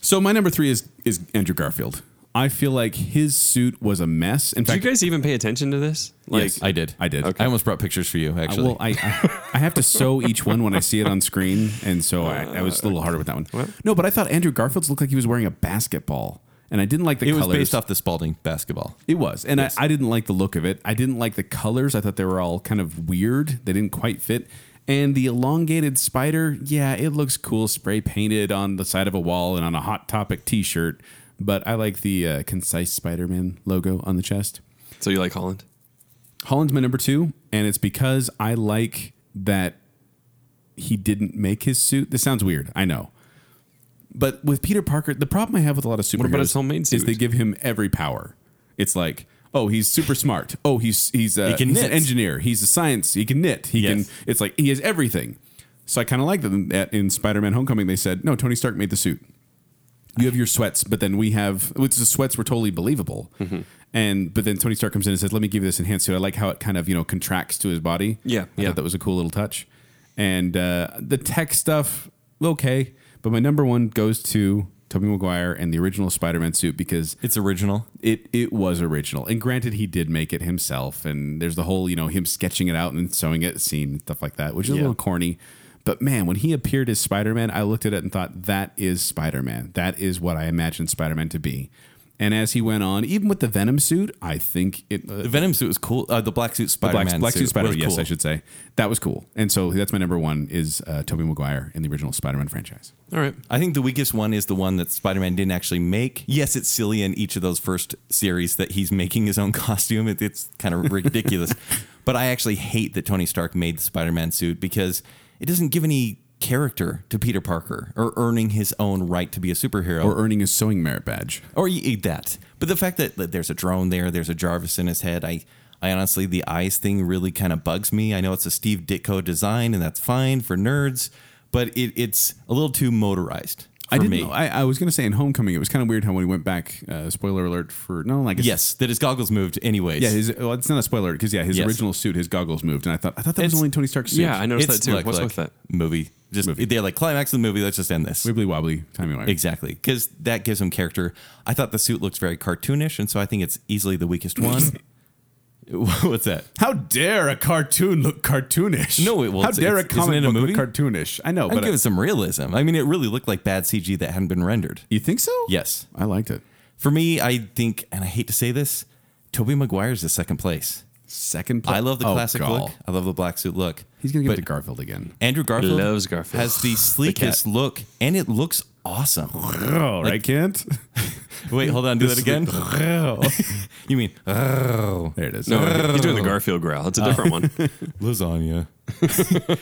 S3: so my number three is is Andrew Garfield. I feel like his suit was a mess. In
S2: Did you
S3: fact,
S2: guys even pay attention to this? Like,
S3: Yes.
S4: I did.
S3: I did.
S4: I almost brought pictures for you, actually.
S3: Well, I, I I have to sew each one when I see it on screen, and so I, I was a little harder with that one. No, but I thought Andrew Garfield's looked like he was wearing a basketball, and I didn't like the
S4: it
S3: colors.
S4: was based off the Spalding basketball.
S3: It was, and I, I didn't like the look of it. I didn't like the colors. I thought they were all kind of weird. They didn't quite fit. And the elongated spider, yeah, it looks cool, spray painted on the side of a wall and on a Hot Topic T-shirt. But I like the uh, concise Spider-Man logo on the chest.
S2: so you like Holland?
S3: Holland's my number two, and it's because I like that he didn't make his suit. This sounds weird, I know. But with Peter Parker, the problem I have with a lot of superheroes
S2: about his homemade
S3: is
S2: suit?
S3: they give him every power. It's like, oh, he's super smart. Oh, he's he's, uh,
S4: He can
S3: he's an
S4: knit.
S3: engineer. He's a science. He can knit. He
S4: Yes.
S3: can. It's like he has everything. So I kind of like that- that in Spider-Man: Homecoming they said, no, Tony Stark made the suit you have your sweats, but then we have which the sweats were totally believable.
S2: Mm-hmm.
S3: And but then Tony Stark comes in and says, "Let me give you this enhanced suit." I like how it kind of you know contracts to his body.
S2: Yeah,
S3: I
S2: yeah.
S3: thought that was a cool little touch. And uh, the tech stuff, okay, but my number one goes to Tobey Maguire and the original Spider-Man suit because
S4: It's original.
S3: it it was original. And granted, he did make it himself. And there's the whole you know him sketching it out and sewing it scene and stuff like that, which is a
S2: Yeah.
S3: little corny. But man, when he appeared as Spider Man, I looked at it and thought that is Spider Man. That is what I imagined Spider Man to be. And as he went on, even with the Venom suit, I think it uh,
S4: The Venom suit was cool. Uh, the black suit Spider-Man
S3: Black, Black
S4: suit
S3: Suit Spider Man.
S4: was
S3: Yes,
S4: cool.
S3: I should say that was cool. And so that's my number one is uh, Tobey Maguire in the original Spider Man franchise.
S2: All right.
S4: I think the weakest one is the one that Spider-Man didn't actually make. Yes, it's silly in each of those first series that he's making his own costume. It, it's kind of ridiculous. but I actually hate that Tony Stark made the Spider-Man suit because it doesn't give any character to Peter Parker or earning his own right to be a superhero
S3: Or earning his sewing merit badge.
S4: or you eat that. But the fact that, that there's a drone there, there's a Jarvis in his head, I, I honestly, the eyes thing really kind of bugs me. I know it's a Steve Ditko design, and that's fine for nerds, but it, it's a little too motorized for
S3: I didn't.
S4: me.
S3: know- I, I was going to say in Homecoming, it was kind of weird how when he went back. Uh, spoiler alert for no, like
S4: yes, that his goggles moved anyways.
S3: yeah. His, well, it's not a spoiler because yeah, his
S4: Yes.
S3: original suit, his goggles moved, and I thought I thought that was
S4: It's-
S3: only Tony Stark's suit.
S2: Yeah, I noticed
S4: it's
S2: that too.
S4: look,
S2: What's
S4: look,
S2: with that?
S4: movie? Just they're like climax of the movie. Let's just end this.
S3: Wibbly wobbly, timey wimey.
S4: Exactly, because that gives him character. I thought the suit looks very cartoonish, and so I think it's easily the weakest one. What's that?
S3: How dare a cartoon look cartoonish?
S4: No, it won't.
S3: How dare a
S4: It's-
S3: comic
S4: isn't it a
S3: book
S4: movie?
S3: look cartoonish? I know,
S4: I'd
S3: but
S4: give
S3: I-
S4: it some realism. I mean, it really looked like bad CG that hadn't been rendered.
S3: you think so?
S4: Yes.
S3: I liked it.
S4: For me, I think, and I hate to say this, Toby Maguire's the second place.
S3: Second place.
S4: I love the
S3: Oh,
S4: classic
S3: God.
S4: look. I love the black suit look.
S3: He's going to give
S4: But
S3: it to Garfield again.
S4: Andrew Garfield
S2: Loves Garfield.
S4: has the sleekest look, and it looks awesome.
S3: Oh, I can't.
S4: Wait, hold on, do that again. you mean
S3: There it is.
S2: No, he's doing the Garfield growl.
S4: Uh,
S2: It's a different one.
S4: lasagna?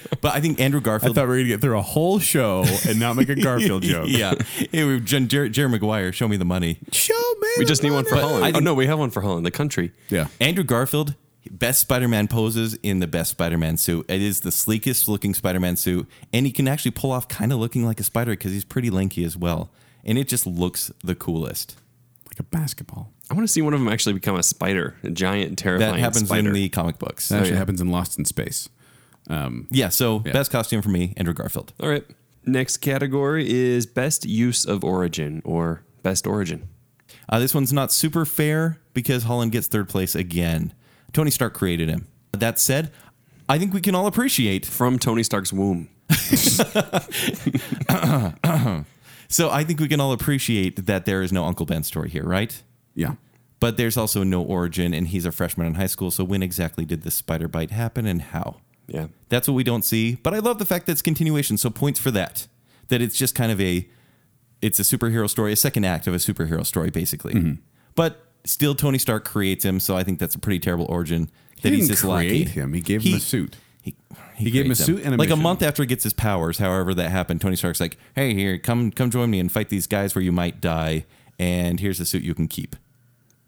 S4: but I think Andrew
S3: I
S4: Garfield.
S3: thought we were going to get through a whole show and not make a Garfield joke.
S4: yeah, hey, we Jer- Jer- Jerry Maguire, show me the money.
S3: Show me.
S2: We just need one for
S4: But
S2: Holland.
S4: I
S2: oh
S4: think-
S2: no, we have one for Holland. The country.
S3: Yeah.
S4: Andrew Garfield, best Spider-Man poses in the best Spider-Man suit. It is the sleekest looking Spider-Man suit, and he can actually pull off kind of looking like a spider because he's pretty lanky as well, and it just looks the coolest.
S3: Like a basketball.
S2: I want to see one of them actually become a spider, a giant,
S4: That
S2: terrifying
S4: happens
S2: spider.
S4: in the comic books.
S3: That actually
S2: yeah.
S3: happens in Lost in Space.
S4: yeah, so
S3: Yeah.
S4: best costume for me, Andrew Garfield.
S2: All right. Next category is best use of origin or best origin.
S4: Uh, this one's not super fair because Holland gets third place again. Tony Stark created him. That said, I think we can all appreciate
S2: From Tony Stark's womb.
S4: So I think we can all appreciate that there is no Uncle Ben story here, right?
S3: Yeah.
S4: But there's also no origin, and he's a freshman in high school. So when exactly did this spider bite happen, and how?
S2: Yeah.
S4: That's what we don't see. But I love the fact that it's continuation. So points for that. That it's just kind of a, it's a superhero story, a second act of a superhero story, basically.
S3: Mm-hmm.
S4: But still, Tony Stark creates him. So I think that's a pretty terrible origin. That
S3: He
S4: he's
S3: didn't
S4: just lucky.
S3: create him. He gave him a suit.
S4: He,
S3: He gave him a
S4: creates
S3: suit and a
S4: like
S3: mission.
S4: a month after he gets his powers. However, that happened. Tony Stark's like, "Hey, here, come, come join me and fight these guys where you might die. And here's a suit you can keep."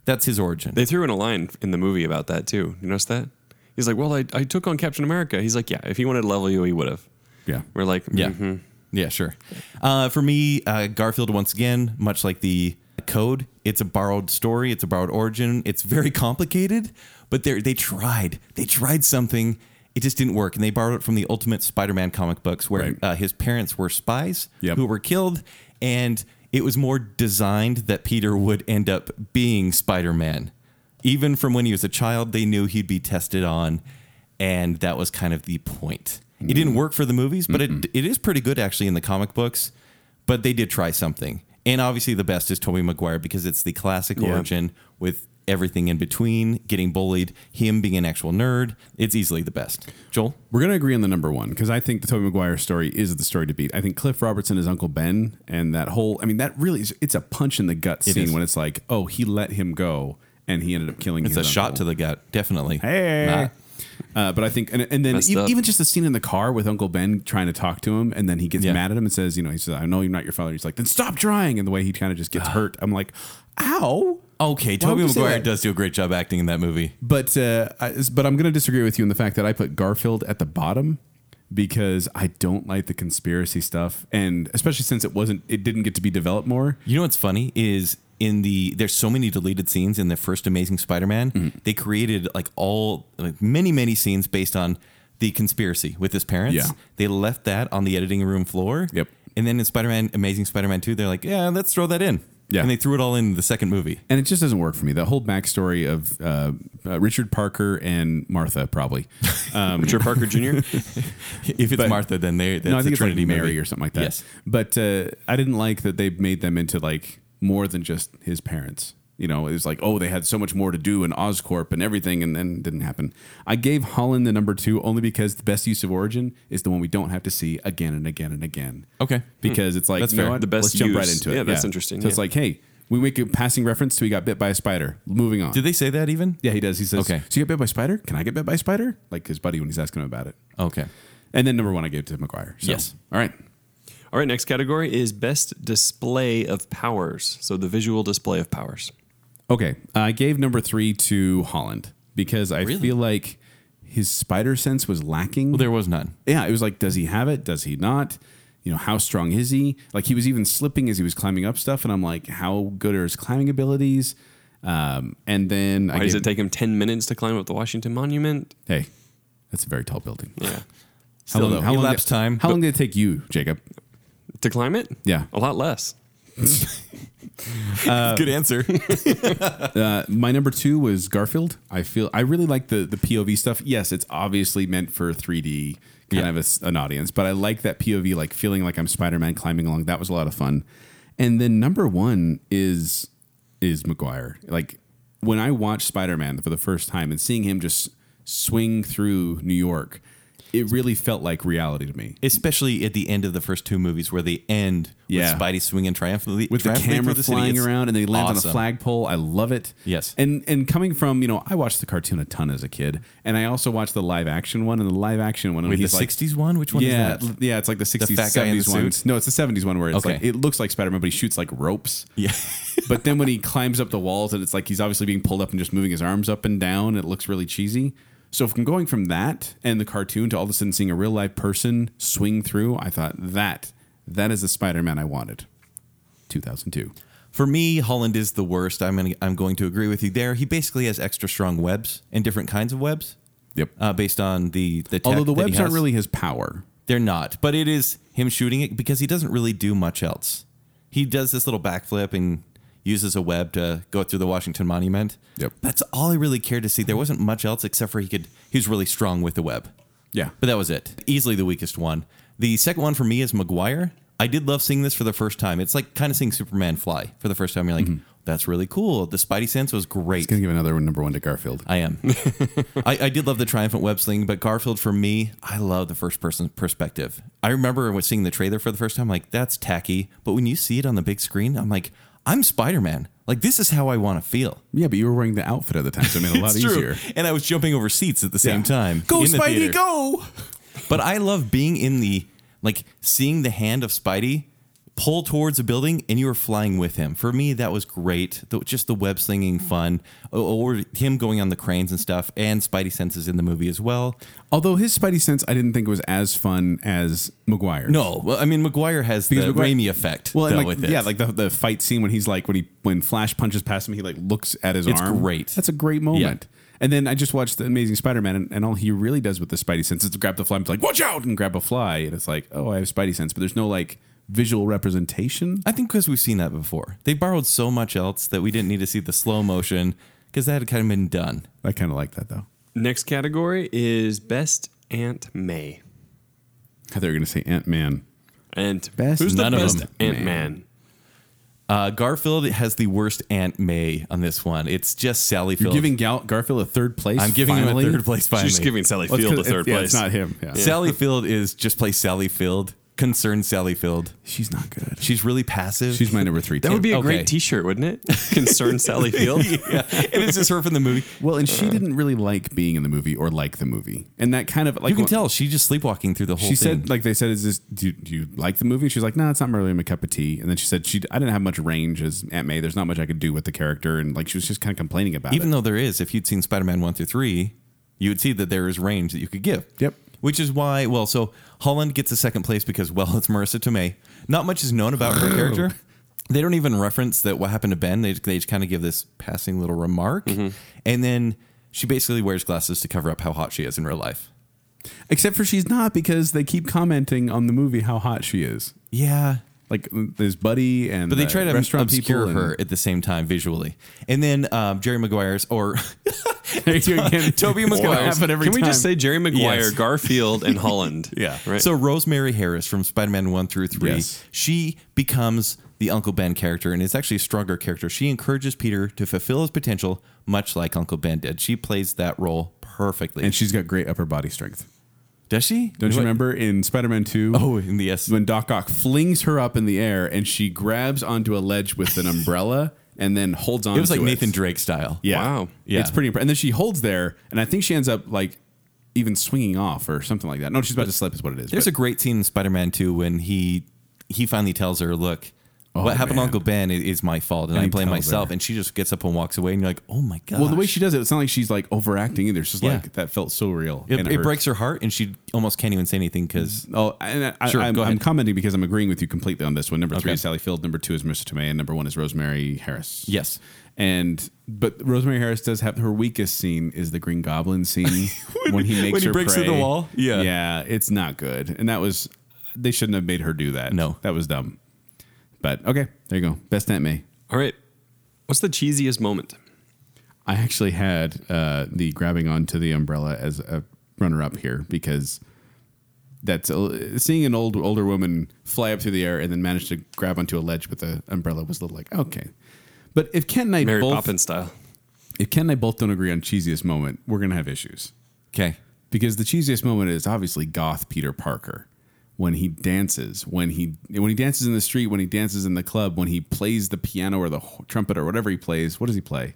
S4: That's his origin.
S2: They threw in a line in the movie about that too. You notice that? He's like, Well, I, I took on Captain America. He's like, Yeah, if he wanted to level you, he would have.
S3: Yeah.
S2: We're like,
S4: Yeah.
S2: mhm.
S3: Mm-hmm.
S4: Yeah, sure. Uh, for me, uh, Garfield, once again, much like the code, it's a borrowed story, it's a borrowed origin. It's very complicated, but they they tried. They tried something. It just didn't work. And they borrowed it from the Ultimate Spider Man comic books, where
S3: Right.
S4: uh, his parents were spies
S3: Yep.
S4: who were killed. And it was more designed that Peter would end up being Spider Man. Even from when he was a child, they knew he'd be tested on and that was kind of the point. It didn't work for the movies, but it, it is pretty good actually in the comic books. But they did try something, and obviously the best is Tobey Maguire because it's the classic origin with everything in between, getting bullied, him being an actual nerd. It's easily the best. Joel,
S3: We're going to agree on the number one because I think the Tobey Maguire story is the story to beat. I think Cliff Robertson is Uncle Ben, and that whole, I mean, that really is, it's a punch in the gut scene
S4: is.
S3: when it's like, oh, he let him go and he ended up killing
S4: it's a shot to the gut, definitely.
S3: Hey.
S4: Nah.
S3: Uh, but I think, and, and then
S2: Messed
S3: e-
S2: up.
S3: even just the scene in the car with Uncle Ben trying to talk to him, and then he gets
S4: Yeah.
S3: mad at him and says, you know, he says, I know you're not your father. He's like, then stop trying. And the way he kind of just gets hurt, I'm like, ow.
S4: Okay,
S3: Why would
S4: Tobey
S3: you say
S4: Maguire
S3: that?
S4: does do a great job acting in that movie.
S3: But uh, I, but I'm going to disagree with you in the fact that I put Garfield at the bottom because I don't like the conspiracy stuff, and especially since it wasn't, it didn't get to be developed more.
S4: You know what's funny is in the there's so many deleted scenes in the first Amazing Spider-Man.
S3: Mm-hmm.
S4: They created like all like many many scenes based on the conspiracy with his parents.
S3: Yeah.
S4: They left that on the editing room floor.
S3: Yep.
S4: And then in Spider-Man Amazing Spider-Man 2 they're like, "Yeah, let's throw that in."
S3: Yeah.
S4: And they threw it all in the second movie.
S3: And it just doesn't work for me. The whole backstory of uh, uh, Richard Parker and Martha, probably. Um,
S2: Richard Parker Jr.
S4: If it's
S3: But-
S4: Martha then they that's
S3: no, I
S4: the
S3: think it's like
S4: Trinity
S3: Mary
S4: movie.
S3: or something like that.
S4: Yes.
S3: But uh, I didn't like that they made them into like more than just his parents. You know, it was like, oh, they had so much more to do in Oscorp and everything, and then it didn't happen. I gave Holland the number two only because the best use of origin is the one we don't have to see again and again and again.
S4: Okay. Hmm.
S3: Because it's like,
S4: That's
S3: you know
S4: fair.
S3: what?
S2: The best
S3: Let's jump right
S2: use.
S3: into it.
S2: Yeah, that's interesting,
S3: So it's
S2: yeah.
S3: like, hey, we make a passing reference to he got bit by a spider. Moving on.
S4: Did they say that even?
S3: yeah, he does. He says,
S4: Okay.
S3: So you got bit by a spider? Can I get bit by a spider? Like his buddy when he's asking him about it.
S4: Okay.
S3: And then number one, I gave to McGuire. So.
S4: Yes.
S3: All right.
S2: All right, next category is best display of powers. So the visual display of powers.
S3: Okay, I gave number three to Holland because I feel like his spider sense was lacking.
S4: Well, there was none.
S3: yeah, it was like, does he have it? Does he not? You know, how strong is he? Like he was even slipping as he was climbing up stuff, and I'm like, how good are his climbing abilities? Um, and then I
S2: Why does
S3: gave-
S2: it take him 10 minutes to climb up the Washington Monument?
S3: Hey, that's a very tall building.
S2: Yeah.
S3: How
S4: Still, though, elapsed
S3: did,
S4: time.
S3: How long did it take you, Jacob?
S2: To climb it?
S3: Yeah.
S2: A lot less.
S4: Good answer.
S3: my number two was Garfield. I feel I really like the the POV stuff. Yes, it's obviously meant for 3D kind
S4: Yeah.
S3: of a s an audience, but I like that POV, like feeling like I'm Spider Man climbing along. That was a lot of fun. And then number one is is McGuire. Like when I watched Spider Man for the first time and seeing him just swing through New York, it really felt like reality to me.
S4: especially at the end of the first two movies where they end
S3: Yeah.
S4: with Spidey swinging triumphantly
S3: With the
S4: triumphantly
S3: camera
S4: through city.
S3: flying
S4: It's
S3: around and they land on
S4: awesome.
S3: a flagpole, I love it.
S4: Yes.
S3: and and coming from you know, I watched the cartoon a ton as a kid, and I also watched the live action one and the live action one. when
S4: Wait, the
S3: he's like-
S4: '60s one? Which one
S3: yeah,
S4: is that?
S3: l- yeah, it's like the 60s,
S4: fat guy in the
S3: 70s one.
S4: suit?
S3: No, it's the 70s one where it's
S4: Okay.
S3: like it looks like Spider-Man, but he shoots like ropes.
S4: Yeah,
S3: but then when he climbs up the walls and it's like he's obviously being pulled up and just moving his arms up and down, it looks really cheesy. So from going from that and the cartoon to all of a sudden seeing a real life person swing through, I thought that that is the Spider-Man I wanted. 2002.
S4: For me, Holland is the worst. I'm gonna, I'm going to agree with you there. He basically has extra strong webs and different kinds of webs.
S3: Yep.
S4: Uh, based on the the tech
S3: Although the
S4: that he
S3: webs aren't
S4: has.
S3: really his power.
S4: they're not, but it is him shooting it because he doesn't really do much else. He does this little backflip and uses a web to go through the Washington Monument.
S3: Yep.
S4: That's all I really cared to see. There wasn't much else except for he could he was really strong with the web.
S3: Yeah.
S4: But that was it. Easily the weakest one. The second one for me is Maguire. I did love seeing this for the first time. It's like kind of seeing Superman fly for the first time. You're like, that's really cool. The Spidey sense was great.
S3: Mm-hmm. Gonna give another one, number one to Garfield.
S4: I am. I, I did love the triumphant web sling, but Garfield for me, I love the first person perspective. I remember when seeing the trailer for the first time, like that's tacky. But when you see it on the big screen, I'm like, I'm Spider Man. Like this is how I want to feel.
S3: Yeah, but you were wearing the outfit at the time, so it made it a lot easier.
S4: And I was jumping over seats at the same
S3: Yeah.
S4: time.
S3: Go,
S4: in the
S3: Spidey,
S4: theater.
S3: go!
S4: But I love being in the like seeing the hand of Spidey pull towards a building and you were flying with him. For me, that was great. The, just the web slinging fun, or, or him going on the cranes and stuff, and Spidey senses in the movie as well.
S3: Although his Spidey sense, I didn't think was as fun as Maguire.
S4: No, well, I mean McGuire has the
S3: Maguire-
S4: Raimi effect.
S3: Well, and
S4: though,
S3: like,
S4: with it.
S3: yeah, like the, the fight scene when he's like when he when Flash punches past him, he like looks at his
S4: It's
S3: arm.
S4: great.
S3: That's a great moment. And then I just watched the Amazing Spider-Man, and, and all he really does with the Spidey sense is to grab the fly and be like, "Watch out!" and grab a fly, and it's like, "Oh, I have Spidey sense," but there's no like visual representation.
S4: I think because we've seen that before. They borrowed so much else that we didn't need to see the slow motion because that had kind of been done.
S3: I kind of like that though.
S2: Next category is best Aunt May.
S3: I thought you were gonna say Ant Man.
S2: Aunt
S3: Best-
S2: Who's the
S4: None of
S2: best
S4: them.
S2: Ant Man?
S4: Uh, Garfield has the worst Aunt May on this one. It's just Sally
S3: You're
S4: Field.
S3: giving Gal- Garfield a third place.
S4: I'm giving
S3: finally?
S4: him a third place finally.
S2: She's giving Sally
S3: Well, it's
S2: Field a
S3: 'cause
S2: third
S3: it's- yeah,
S2: place.
S3: It's not him. Yeah.
S4: Sally Field is just play Sally Field. Concerned Sally Field.
S3: She's not good.
S4: She's really passive.
S3: She's my number three.
S2: That
S3: too. Oh,
S2: would be a
S4: Okay.
S2: great T-shirt, wouldn't it? Concerned Sally Field.
S4: yeah. And it's just her from the movie.
S3: well, and
S4: Uh.
S3: she didn't really like being in the movie or like the movie, and that kind of like
S4: You can
S3: when-
S4: tell she's just sleepwalking through the whole
S3: she
S4: thing.
S3: said like they said is this do, do you like the movie she's like no it's not really my cup of tea and then she said she i didn't have much range as aunt may there's not much i could do with the character and like she was just kind of complaining about
S4: even
S3: it
S4: though there is, if you'd seen Spider Man one through three, you would see that there is range that you could give.
S3: Yep.
S4: Which is why, well, so Holland gets a second place because, well, it's Marissa Tomei. Not much is known about her
S3: Oh.
S4: character. They don't even reference that what happened to Ben. They, they just kind of give this passing little remark,
S3: Mm-hmm.
S4: and then she basically wears glasses to cover up how hot she is in real life.
S3: except for she's not because they keep commenting on the movie how hot she is
S4: Yeah,
S3: like his buddy and
S4: But they
S3: the
S4: try to
S3: restaurant
S4: obscure
S3: people and-
S4: her at the same time visually. And then um, Jerry Maguire's or
S3: There you go again.
S4: Tobey
S3: What
S4: Maguire's.
S3: happened every
S2: Can we just
S3: time?
S2: say Jerry Maguire,
S4: Yes.
S2: Garfield, and Holland? Right.
S4: So Rosemary Harris from Spider-Man 1 through 3,
S3: Yes.
S4: she becomes the Uncle Ben character and is actually a stronger character. She encourages Peter to fulfill his potential much like Uncle Ben did. She plays that role perfectly.
S3: and she's got great upper body strength
S4: Does she?
S3: don't you
S4: What?
S3: remember in spider-man 2
S4: Oh, in the S.
S3: when Doc Ock flings her up in the air and she grabs onto a ledge with an umbrella and then holds on.
S4: It was like
S3: to
S4: Nathan Drake style.
S3: Yeah.
S2: Wow.
S4: Yeah.
S3: It's pretty impressive. And then she holds there, and I think she ends up like even swinging off or something like that. No, she's about to slip, is what it is.
S4: There's a great scene in Spider-Man 2 when he he finally tells her, "Look, what happened
S3: man.
S4: to Uncle Ben i- is my fault, and,
S3: And
S4: I
S3: he
S4: blame
S3: tells
S4: myself."
S3: her.
S4: And she just gets up and walks away, and you're like, "Oh my god!"
S3: well, the way she does it, it's not like she's like overacting either. It's just
S4: Yeah.
S3: like that felt so real.
S4: it,
S3: and
S4: it
S3: hurts.
S4: breaks her heart, and she almost can't even say anything because
S3: Oh, and I,
S4: Sure,
S3: I, I'm,
S4: go ahead.
S3: I'm commenting because I'm agreeing with you completely on this one. Number three
S4: Okay.
S3: is Sally Field. Number two is Marissa Tomei, and number one is Rosemary Harris.
S4: Yes.
S3: and but Rosemary Harris does have her weakest scene is the Green Goblin scene when, he makes
S4: when he
S3: her
S4: breaks through the
S3: pray.
S4: wall? Yeah.
S3: yeah, it's not good, and that was they shouldn't have made her do that.
S4: No.
S3: that was dumb. But okay, there you go. Best Aunt May.
S2: All right. What's the cheesiest moment?
S3: I actually had uh, the grabbing onto the umbrella as a runner up here because that's a, seeing an old older woman fly up through the air and then manage to grab onto a ledge with the umbrella was a little like okay. But if Ken and I
S2: Mary
S3: both
S2: Poppins style.
S3: if Ken and I both don't agree on cheesiest moment, we're gonna have issues
S4: Okay.
S3: because the cheesiest moment is obviously goth Peter Parker when he dances, when he when he dances in the street, when he dances in the club, when he plays the piano or the h- trumpet or whatever he plays. What does he play?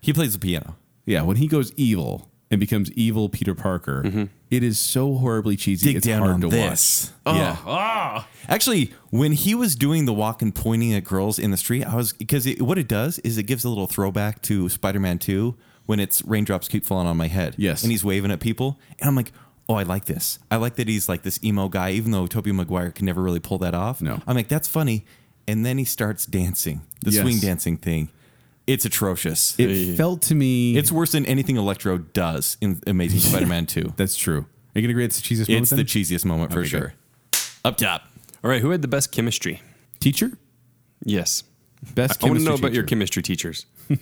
S4: He plays the piano.
S3: Yeah, when he goes evil and becomes evil Peter Parker,
S4: Mm-hmm.
S3: it is so horribly cheesy.
S4: Dig
S3: it's
S4: down
S3: hard
S4: on
S3: to
S4: this.
S3: watch.
S2: Ah.
S4: Oh,
S3: Yeah.
S4: Actually, when he was doing the walk and pointing at girls in the street, I was because it, what it does is it gives a little throwback to Spider-Man Two when it's raindrops keep falling on my head.
S3: Yes.
S4: and he's waving at people, and I'm like, oh, I like this. I like that he's like this emo guy, even though Tobey Maguire can never really pull that off.
S3: No.
S4: I'm like, that's funny. And then he starts dancing, the
S3: Yes.
S4: swing dancing thing. It's atrocious.
S3: It felt to me
S4: it's worse than anything Electro does in Amazing Spider-Man Two.
S3: that's true. Are you gonna agree it's the cheesiest moment?
S4: It's
S3: then?
S4: the cheesiest moment for
S3: Okay, good.
S4: sure. Up top.
S2: All right, who had the best chemistry?
S3: teacher.
S2: Yes.
S3: Best.
S2: I want to
S3: chemistry
S2: know about your
S3: teacher.
S2: chemistry teachers.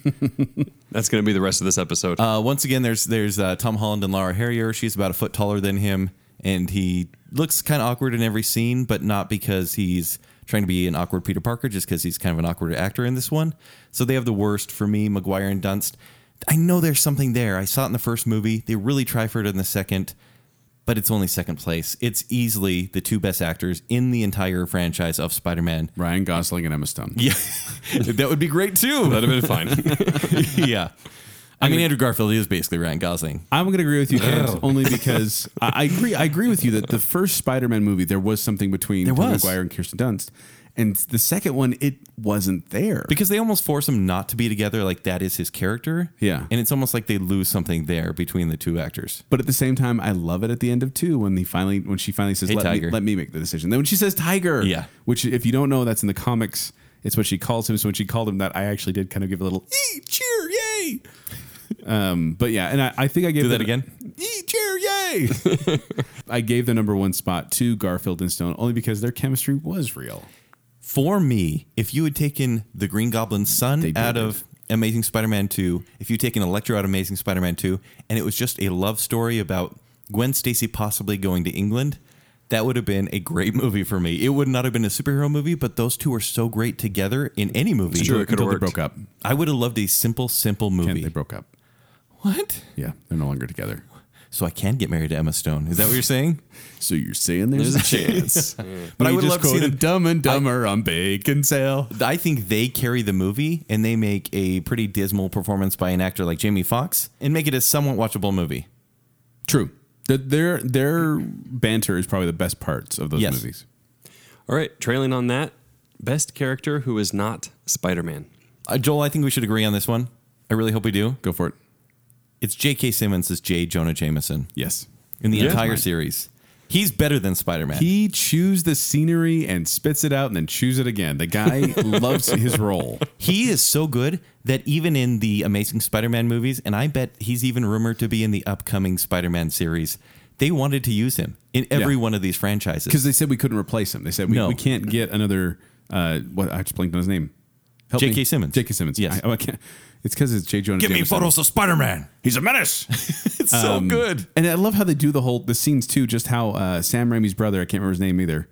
S2: That's going to be the rest of this episode.
S4: Uh, once again, there's there's uh, Tom Holland and Laura Harrier. She's about a foot taller than him, and he looks kind of awkward in every scene, but not because he's trying to be an awkward Peter Parker, just because he's kind of an awkward actor in this one. So they have the worst for me, Maguire and Dunst. I know there's something there. I saw it in the first movie. They really try for it in the second, but it's only second place. It's easily the two best actors in the entire franchise of Spider-Man.
S3: Ryan Gosling and Emma Stone.
S4: Yeah, that would be great too.
S2: That'd have been fine.
S4: yeah, I mean Andrew Garfield is basically Ryan Gosling.
S3: I'm going to agree with you, Kent, only because I, I agree. I agree with you that the first Spider-Man movie there was something between
S4: There
S3: Tobey
S4: was.
S3: Maguire and Kirsten Dunst, and the second one it wasn't there.
S4: because they almost force him not to be together like that is his character
S3: Yeah.
S4: and it's almost like they lose something there between the two actors
S3: but at the same time, I love it at the end of two when he finally when she finally says,
S4: Hey,
S3: let,
S4: Tiger."
S3: Me, "Let me make the decision." Then when she says "Tiger,"
S4: Yeah.
S3: which if you don't know, that's in the comics. It's what she calls him. So when she called him that, I actually did kind of give a little "Ee, cheer, yay. Um, but yeah, and I, I think I gave
S4: do that
S3: the-
S4: again
S3: Eat cheer, yay! I gave the number one spot to Garfield and Stone only because their chemistry was real.
S4: for me if you had taken the green goblin's son
S3: did
S4: out
S3: it.
S4: of amazing spider-man 2 if you'd taken electro out of amazing spider-man 2 and it was just a love story about gwen stacy possibly going to england that would have been a great movie for me. It would not have been a superhero movie, but those two are so great together in any movie.
S2: true. It could
S3: Until
S2: have
S3: they
S2: worked.
S3: broke up.
S4: I would have loved a simple, simple
S3: And
S4: movie.
S3: they broke up.
S4: what?
S3: Yeah, they're no longer together.
S4: So I can get married to Emma Stone. Is that what you're saying?
S3: So you're saying there's, a chance.
S4: But I
S3: We
S4: would
S3: just
S4: love to see
S3: quoted
S4: them-
S3: Dumb and Dumber on Bacon Sale.
S4: I think they carry the movie and they make a pretty dismal performance by an actor like Jamie Foxx and make it a somewhat watchable movie.
S3: True. Their, their their banter is probably the best parts of those
S4: Yes.
S3: movies.
S2: All right, trailing on that, best character who is not Spider Man.
S4: Uh, Joel, I think we should agree on this one. I really hope we do.
S3: Go for it.
S4: It's J.K. Simmons as J. Jonah Jameson
S3: Yes.
S4: in the
S2: Yeah.
S4: entire series. He's better than Spider Man.
S3: He chews the scenery and spits it out and then chews it again. The guy loves his role.
S4: He is so good that even in the Amazing Spider Man movies, and I bet he's even rumored to be in the upcoming Spider Man series, they wanted to use him in every
S3: Yeah.
S4: one of these franchises.
S3: Because they said we couldn't replace him. They said we,
S4: No.
S3: we can't get another. Uh, what I just blinked on his name. Help
S4: J.K.
S3: me.
S4: Simmons.
S3: J.K. Simmons.
S4: Yes.
S3: I, oh, I can't. It's because it's J. Jonah. Jameson.
S4: of Spider Man. He's a menace. Um, it's so good.
S3: And I love how they do the whole the scenes too. Just how uh, Sam Raimi's brother. I can't remember his name either.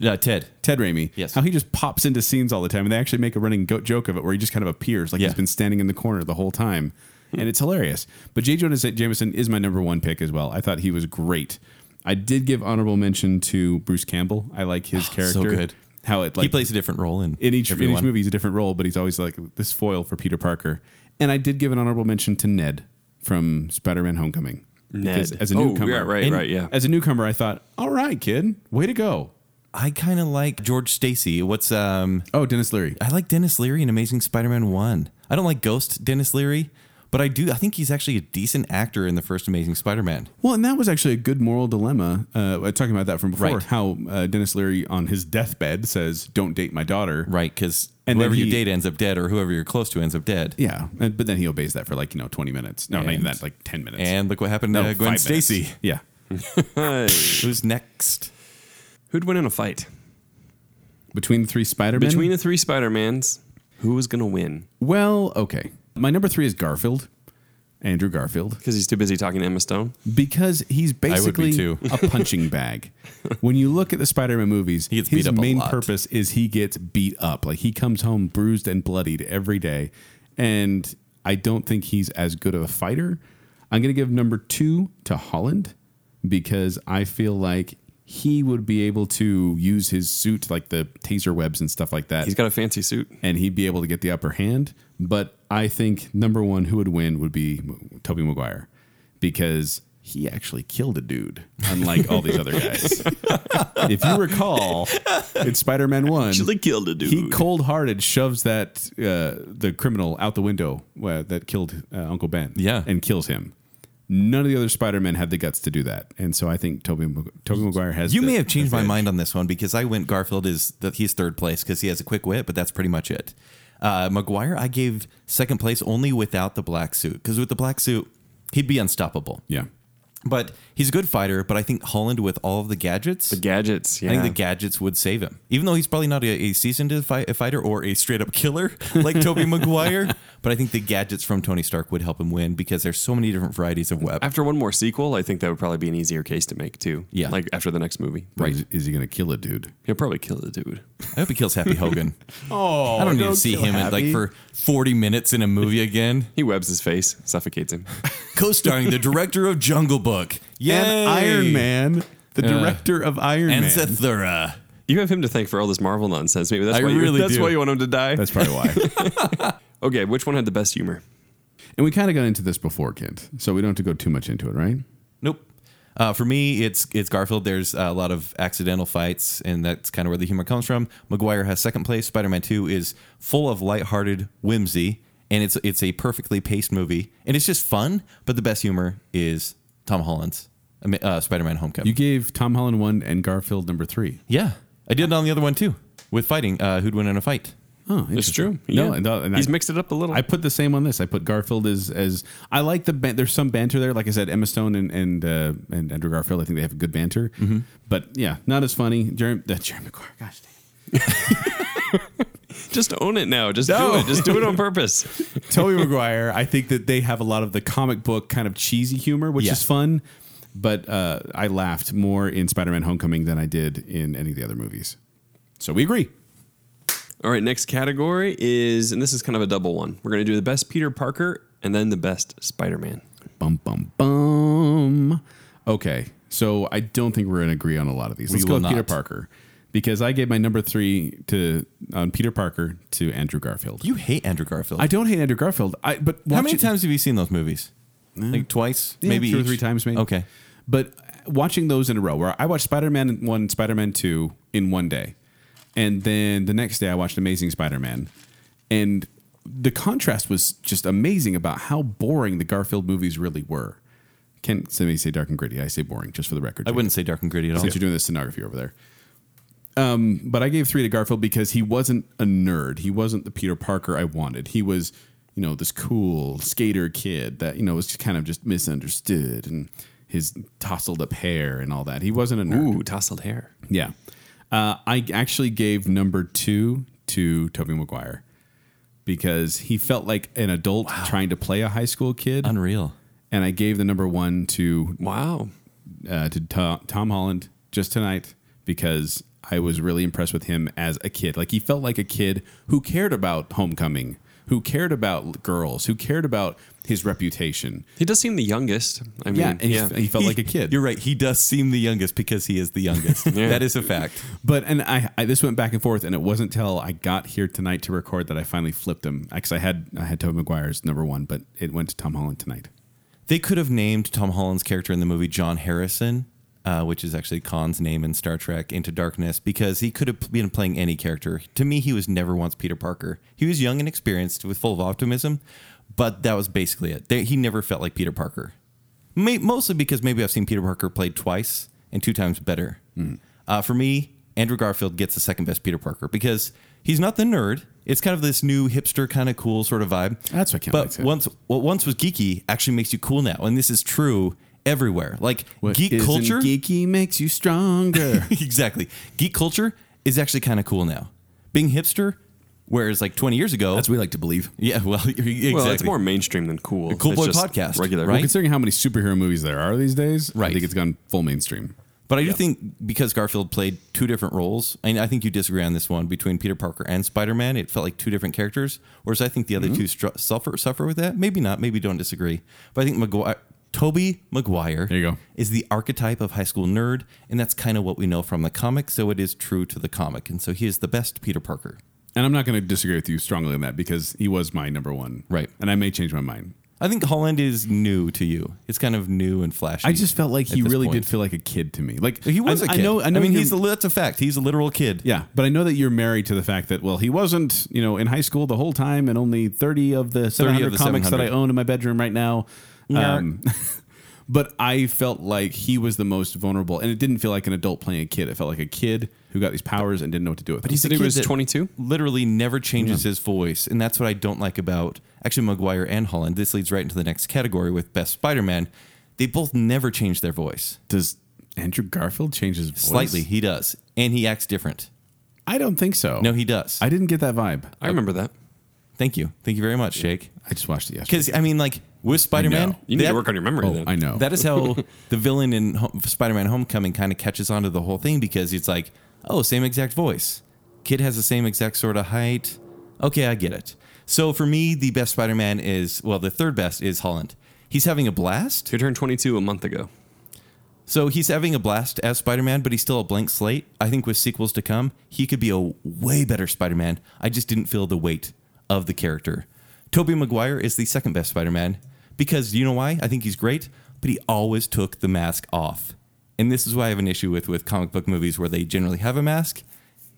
S4: Uh, Ted.
S3: Ted Raimi.
S4: Yes.
S3: How he just pops into scenes all the time, and they actually make a running go- joke of it, where he just kind of appears like
S4: Yeah.
S3: he's been standing in the corner the whole time, and it's hilarious. But J. Jonah Jameson is my number one pick as well. I thought he was great. I did give honorable mention to Bruce Campbell. I like his character.
S4: good.
S3: How it like
S4: he plays a different role in,
S3: in each, in each
S4: everyone.
S3: movie he's a different role, but he's always like this foil for Peter Parker. And I did give an honorable mention to Ned from Spider-Man: Homecoming.
S2: Ned.
S3: Because as a
S2: Oh,
S3: newcomer,
S2: yeah, right,
S3: and
S2: right, yeah.
S3: As a newcomer, I thought, all right, kid, way to go.
S4: I kind of like George Stacy. What's um?
S3: Oh, Dennis Leary.
S4: I like Dennis Leary in Amazing Spider-Man One. I don't like Ghost Dennis Leary, but I do. I think he's actually a decent actor in the first Amazing Spider-Man.
S3: Well, and that was actually a good moral dilemma. Uh, talking about that from before,
S4: Right.
S3: how uh, Dennis Leary on his deathbed says, "Don't date my daughter."
S4: Right, because
S3: And
S4: whoever
S3: then
S4: you
S3: he-
S4: date ends up dead, or whoever you're close to ends up dead.
S3: Yeah, and, but then he obeys that for like you know twenty minutes. No, not even that, like ten minutes.
S4: And look what happened
S3: no,
S4: to Gwen
S3: five minutes.
S4: Stacy.
S3: Yeah.
S2: Hey.
S4: Who's next?
S2: Who'd win in a fight?
S3: Between the three Spider-Man.
S2: Between the three Spider Mans, who was going to win?
S3: Well, okay. My number three is Garfield Andrew Garfield
S2: because he's too busy talking to Emma Stone.
S3: because he's
S4: would be
S3: basically
S4: too.
S3: a punching bag. when you look at the Spider-Man movies,
S4: He gets
S3: his
S4: beat up a
S3: main
S4: lot.
S3: purpose is he gets beat up. Like he comes home bruised and bloodied every day, and I don't think he's as good of a fighter. I'm going to give number two to Holland because I feel like he would be able to use his suit, like the taser webs and stuff like that
S2: He's got a fancy suit.
S3: and he'd be able to get the upper hand. But I think number one, who would win would be Toby Maguire because he actually killed a dude, unlike all these other guys. if you recall, in Spider Man 1,
S2: killed a
S3: he cold hearted shoves that uh, the criminal out the window uh, that killed uh, Uncle Ben
S4: Yeah.
S3: and kills him. None of the other Spider-Men had the guts to do that, and so I think Toby Toby Maguire has.
S4: You
S3: the-
S4: may have changed
S3: the
S4: my
S3: edge.
S4: mind on this one because I went Garfield is that he's third place because he has a quick wit, but that's pretty much it. Uh, Maguire, I gave second place only without the black suit because with the black suit, he'd be unstoppable.
S3: Yeah,
S4: But he's a good fighter. But I think Holland with all of the gadgets,
S2: Gadgets. Yeah.
S4: I think the gadgets would save him, even though he's probably not a, a seasoned fi- a fighter or a straight up killer like Toby Maguire. But I think the gadgets from Tony Stark would help him win because there's so many different varieties of web.
S2: after one more sequel, I think that would probably be an easier case to make too.
S4: Yeah.
S2: Like after the next movie.
S3: But Is, is he going to kill a dude?
S2: He'll probably kill the dude.
S4: I hope he kills Happy Hogan. oh, I don't need to
S3: don't
S4: see
S3: kill
S4: him in, like
S3: Happy.
S4: for 40 minutes in a movie again.
S2: He webs his face, suffocates him.
S4: Co-starring the director of Jungle Book, Yay!
S3: And Iron Man, the director of Iron
S4: and
S3: Man,
S4: Seth Thura.
S2: You have him to thank for all this Marvel nonsense. Maybe that's
S4: I
S2: why you,
S4: really
S2: that's
S4: do.
S2: why you want him to die.
S3: That's probably why.
S2: okay, which one had the best humor?
S3: and we kind of got into this before, Kent, so we don't have to go too much into it, right?
S4: Nope. Uh, for me, it's it's Garfield. There's a lot of accidental fights, and that's kind of where the humor comes from. McGuire has second place. Spider-Man Two is full of lighthearted whimsy, and it's it's a perfectly paced movie, and it's just fun. But the best humor is Tom Holland's um, uh, Spider-Man: Homecoming.
S3: You gave Tom Holland one and Garfield number three.
S4: yeah, I did it on the other one too, with fighting. Uh, who'd win in a fight?
S3: Oh,
S2: It's true.
S3: No,
S2: Yeah.
S3: and, uh, and
S2: He's
S3: I,
S2: mixed it up a little.
S3: I put the same on this. I put Garfield as as I like the ban- there's some banter there. Like I said, Emma Stone and and uh, and Andrew Garfield. I think they have good banter, but yeah, not as funny. Jeremy, uh, Jeremy McGuire. Gosh, damn.
S2: Just own it now. Just
S3: No.
S2: do it. Just do it on purpose.
S3: Toby McGuire. I think that they have a lot of the comic book kind of cheesy humor, which
S4: Yeah.
S3: is fun. But uh, I laughed more in Spider-Man: Homecoming than I did in any of the other movies. So we agree.
S2: All right, next category is, and this is kind of a double one. We're going to do the best Peter Parker and then the best Spider Man.
S3: Bum bum bum. Okay, so I don't think we're gonna agree on a lot of these. Let's go
S4: will
S3: with Peter
S4: not.
S3: Parker because I gave my number three to on Peter Parker to Andrew Garfield.
S4: You hate Andrew Garfield.
S3: I don't hate Andrew Garfield. I but
S4: How
S3: watch
S4: many
S3: it-
S4: times have you seen those movies? Like twice,
S3: Yeah,
S4: maybe
S3: two or
S4: each?
S3: three times, maybe.
S4: Okay.
S3: But watching those in a row, where I watched Spider Man one, Spider Man two in one day, and then the next day I watched Amazing Spider Man, and the contrast was just amazing about how boring the Garfield movies really were. Can somebody say dark and gritty? I say boring, just for the record.
S4: I wouldn't say dark and gritty at all.
S3: since you're doing the stenography over there. Um, but I gave three to Garfield because he wasn't a nerd. He wasn't the Peter Parker I wanted. He was, you know, this cool skater kid that you know was kind of just misunderstood and his tousled up hair and all that. He wasn't a nerd.
S2: Ooh, tousled hair.
S3: Yeah, uh, I actually gave number two to Toby Maguire because he felt like an adult trying to play a high school kid,
S4: Unreal.
S3: and I gave the number one to
S2: Wow.
S3: uh, to Tom, Tom Holland just tonight because I was really impressed with him as a kid. Like he felt like a kid who cared about homecoming, who cared about girls, who cared about his reputation.
S2: He does seem the youngest. I mean,
S3: Yeah, and he,
S2: yeah.
S3: he felt like a kid.
S4: You're right. He does seem the youngest because he is the youngest. That is a fact.
S3: But and I, I this went back and forth, and it wasn't until I got here tonight to record that I finally flipped him because I had I had Tobey Maguire's number one, but it went to Tom Holland tonight.
S4: They could have named Tom Holland's character in the movie John Harrison, uh, which is actually Khan's name in Star Trek Into Darkness, because he could have been playing any character. To me, he was never once Peter Parker. He was young and experienced with full of optimism, but that was basically it. They, he never felt like Peter Parker. May, mostly because maybe I've seen Peter Parker played twice and two times better. Uh, for me, Andrew Garfield gets the second best Peter Parker because he's not the nerd. It's kind of this new hipster kind of cool sort of vibe.
S3: That's what Ken
S4: But
S3: likes it.
S4: once what once was geeky actually makes you cool now, and this is true everywhere. Like
S3: What
S4: geek
S3: isn't
S4: culture,
S3: geeky makes you stronger.
S4: exactly. Geek culture is actually kind of cool now. Being hipster Whereas like 20 years ago,
S5: That's what we like to believe.
S4: yeah, well, exactly.
S2: Well, it's more mainstream than cool.
S4: Cool
S2: It's
S4: Boy
S2: just
S4: Podcast,
S2: regular,
S4: right?
S3: Considering how many superhero movies there are these days,
S4: Right.
S3: I think it's gone full mainstream.
S4: But I do think because Garfield played two different roles, and I think you disagree on this one between Peter Parker and Spider Man, it felt like two different characters. Whereas I think the other two stru- suffer suffer with that. Maybe not. Maybe don't disagree. But I think Maguire, Toby Maguire,
S3: There you go.
S4: is the archetype of high school nerd, and that's kind of what we know from the comic. So it is true to the comic, and so he is the best Peter Parker.
S3: And I'm not going to disagree with you strongly on that because he was my number one.
S4: Right.
S3: And I may change my mind.
S4: I think Holland is new to you. It's kind of new and flashy.
S3: I just felt like
S4: at
S3: he
S4: this
S3: really
S4: point.
S3: did feel like a kid to me. Like
S4: He was
S3: I,
S4: a kid.
S3: I know. I know.
S4: mean,
S3: you're-
S4: he's a, that's a fact. He's a literal kid.
S3: yeah, but I know that you're married to the fact that well, he wasn't you know in high school the whole time, and only thirty of the 700
S4: the
S3: comics that I
S4: 700.
S3: own in my bedroom right now. Um, but I felt like he was the most vulnerable, and it didn't feel like an adult playing a kid. It felt like a kid who got these powers and didn't know what to do with. But
S2: He said he
S4: kid
S2: was
S4: that
S2: 22.
S4: Literally never changes his voice, and that's what I don't like about actually Maguire and Holland. This leads right into the next category with best Spider-Man. They both never change their voice.
S3: does Andrew Garfield change his voice
S4: Slightly, he does, and he acts different.
S3: I don't think so.
S4: No, he does.
S3: I didn't get that vibe.
S2: I remember that.
S4: Thank you, thank you very much, Jake.
S3: I just watched it yesterday.
S4: Because I mean, like with Spider-Man,
S2: You need
S4: that-
S2: to work on your memory.
S3: Oh,
S2: then.
S3: I know.
S4: That is how the villain in Ho- Spider-Man: Homecoming kind of catches onto the whole thing because it's like, oh, same exact voice. Kid has the same exact sort of height. Okay, I get it. So for me, the best Spider-Man is well, the third best is Holland. He's having a blast.
S2: He turned 22 a month ago.
S4: So he's having a blast as Spider-Man, but he's still a blank slate. I think with sequels to come, he could be a way better Spider-Man. I just didn't feel the weight of the character. Tobey Maguire is the second best Spider-Man because you know why? I think he's great, but he always took the mask off. And this is why I have an issue with with comic book movies where they generally have a mask.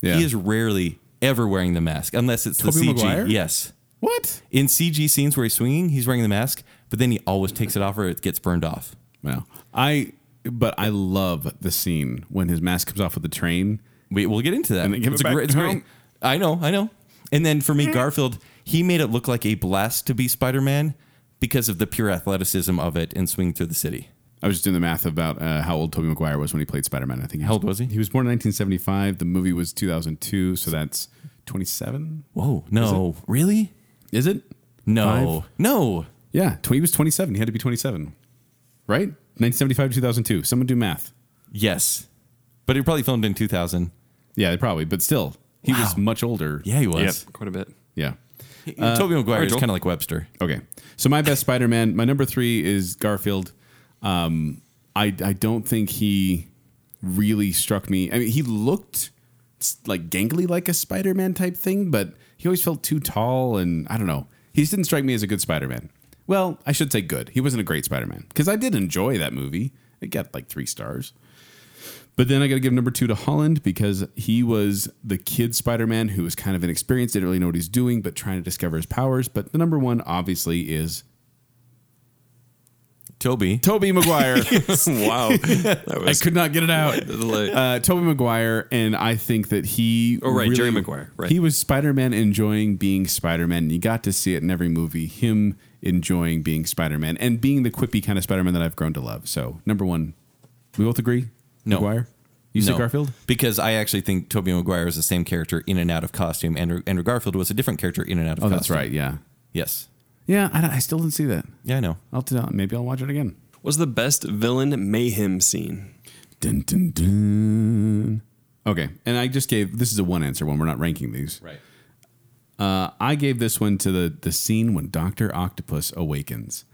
S3: Yeah.
S4: He is rarely ever wearing the mask unless it's
S3: Tobey
S4: the CG.
S3: Maguire?
S4: Yes.
S3: what?
S4: In CG scenes where he's swinging, he's wearing the mask, but then he always takes it off or it gets burned off.
S3: Well, I but I love the scene when his mask comes off with the train.
S4: We, we'll get into that.
S3: And then give
S4: It's
S3: it
S4: a
S3: back
S4: great- it's
S3: to
S4: great.
S3: him.
S4: I know, I know. And then for me, Garfield, he made it look like a blast to be Spider Man because of the pure athleticism of it and swinging through the city.
S3: I was just doing the math about uh, how old Tobey Maguire was when he played Spider Man. I think
S4: How old was he?
S3: He was born in 1975. The movie was 2002, so that's 27.
S4: Whoa, no, really?
S3: Is it?
S4: No,
S3: Five?
S4: no.
S3: Yeah, 20, he was 27. He had to be 27, right? 1975 to 2002. Someone do math.
S4: Yes, but he probably filmed in 2000.
S3: Yeah, probably, but still, he was
S4: Wow.
S3: much older.
S4: Yeah, he was.
S2: Quite a bit.
S3: yeah. Uh,
S4: Toby Uh, Maguire is
S2: Joel.
S4: kind of like Webster.
S3: Okay. So my best Spider-Man, my number three is Garfield. Um, I I don't think he really struck me. I mean, he looked s- like gangly, like a Spider-Man type thing, but he always felt too tall, and I don't know. He just didn't strike me as a good Spider-Man. Well, I should say good. He wasn't a great Spider-Man because I did enjoy that movie. It got like three stars. But then I got to give number two to Holland because he was the kid Spider Man who was kind of inexperienced, didn't really know what he's doing, but trying to discover his powers. But the number one, obviously, is
S4: Toby.
S3: Toby Maguire.
S2: wow. That
S3: I
S2: was.
S3: could not get it out.
S2: like-
S3: Uh, Toby Maguire, and I think that he.
S2: Oh, right, Jerry Maguire, right.
S3: He was Spider Man enjoying being Spider Man. You got to see it in every movie, him enjoying being Spider Man and being the quippy kind of Spider Man that I've grown to love. So, number one, we both agree?
S4: No.
S3: Maguire? You said
S4: No,
S3: Garfield?
S4: Because I actually think Toby Maguire is the same character in and out of costume. Andrew, Andrew Garfield was a different character in and out of
S3: Oh,
S4: costume.
S3: that's right. Yeah.
S4: Yes.
S3: Yeah, I, don't- I still didn't see that.
S4: Yeah, I know.
S3: I'll have to- maybe I'll watch it again.
S2: was the best villain mayhem scene?
S3: Dun, dun, dun. Okay, and I just gave this is a one answer one. We're not ranking these.
S4: Right.
S3: Uh, I gave this one to the the scene when Doctor Octopus awakens,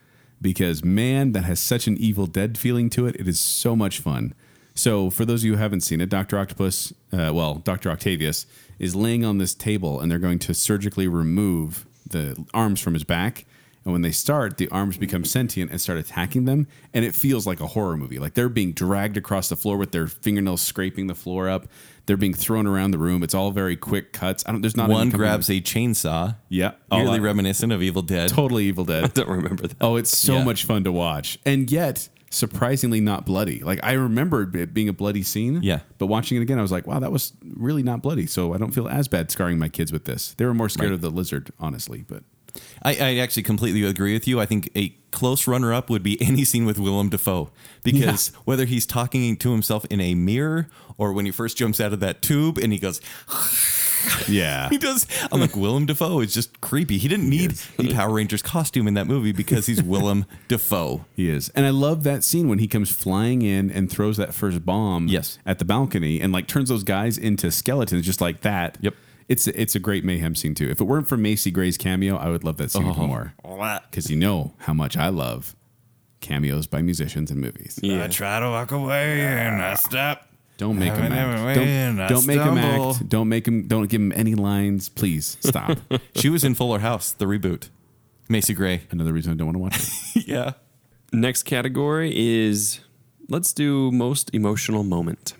S3: because man, that has such an Evil Dead feeling to it. It is so much fun. So for those of you who haven't seen it, Doctor Octopus, uh, well, Doctor Octavius is laying on this table, and they're going to surgically remove the arms from his back. And when they start, the arms become sentient and start attacking them. And it feels like a horror movie. Like they're being dragged across the floor with their fingernails scraping the floor up. They're being thrown around the room. It's all very quick cuts. I don't, there's not
S4: One
S3: any coming-
S4: grabs a chainsaw.
S3: Yeah.
S4: Nearly
S3: Oh, I-
S4: reminiscent of Evil Dead.
S3: Totally Evil Dead.
S2: Don't remember that.
S3: Oh, it's so
S4: Yeah.
S3: much fun to watch. And yet, surprisingly not bloody. Like I remembered it being a bloody scene.
S4: Yeah.
S3: But watching it again, I was like, wow, that was really not bloody. So I don't feel as bad scarring my kids with this. They were more scared
S4: Right.
S3: of the lizard, honestly. But
S4: I, I actually completely agree with you. I think a close runner up would be any scene with Willem Dafoe because whether he's talking to himself in a mirror or when he first jumps out of that tube and he goes,
S3: Yeah.
S4: He does. I'm like Willem Dafoe is just creepy. He didn't need the Power Rangers costume in that movie because he's Willem Dafoe.
S3: He is. And I love that scene when he comes flying in and throws that first bomb
S4: Yes.
S3: at the balcony and like turns those guys into skeletons just like that.
S4: Yep.
S3: It's a, it's a great mayhem scene too. If it weren't for Macy Gray's cameo, I would love that
S4: Oh.
S3: scene more because you know how much I love cameos by musicians in movies.
S2: Yeah.
S4: try to walk away and I stop.
S3: Don't make
S4: I
S3: them
S4: went
S3: act.
S4: every way and I
S3: Don't, don't make them
S4: stumble.
S3: act. Don't make them. Don't give them any lines. Please stop.
S4: She was in Fuller House, the reboot. Macy Gray.
S3: Another reason I don't want to watch it.
S4: yeah.
S2: Next category is let's do most emotional moment.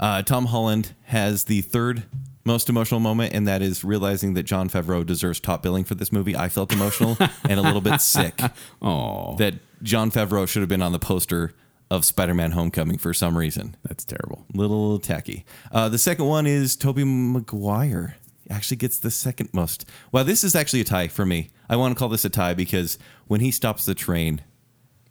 S4: Uh, Tom Holland has the third most emotional moment, and that is realizing that John Favreau deserves top billing for this movie. I felt emotional and a little bit sick
S3: Oh,
S4: that John Favreau should have been on the poster of Spider-Man: Homecoming for some reason.
S3: that's terrible.
S4: little tacky. Uh, the second one is Toby Maguire. Actually gets the second most. Well, this is actually a tie for me. I want to call this a tie because when he stops the train,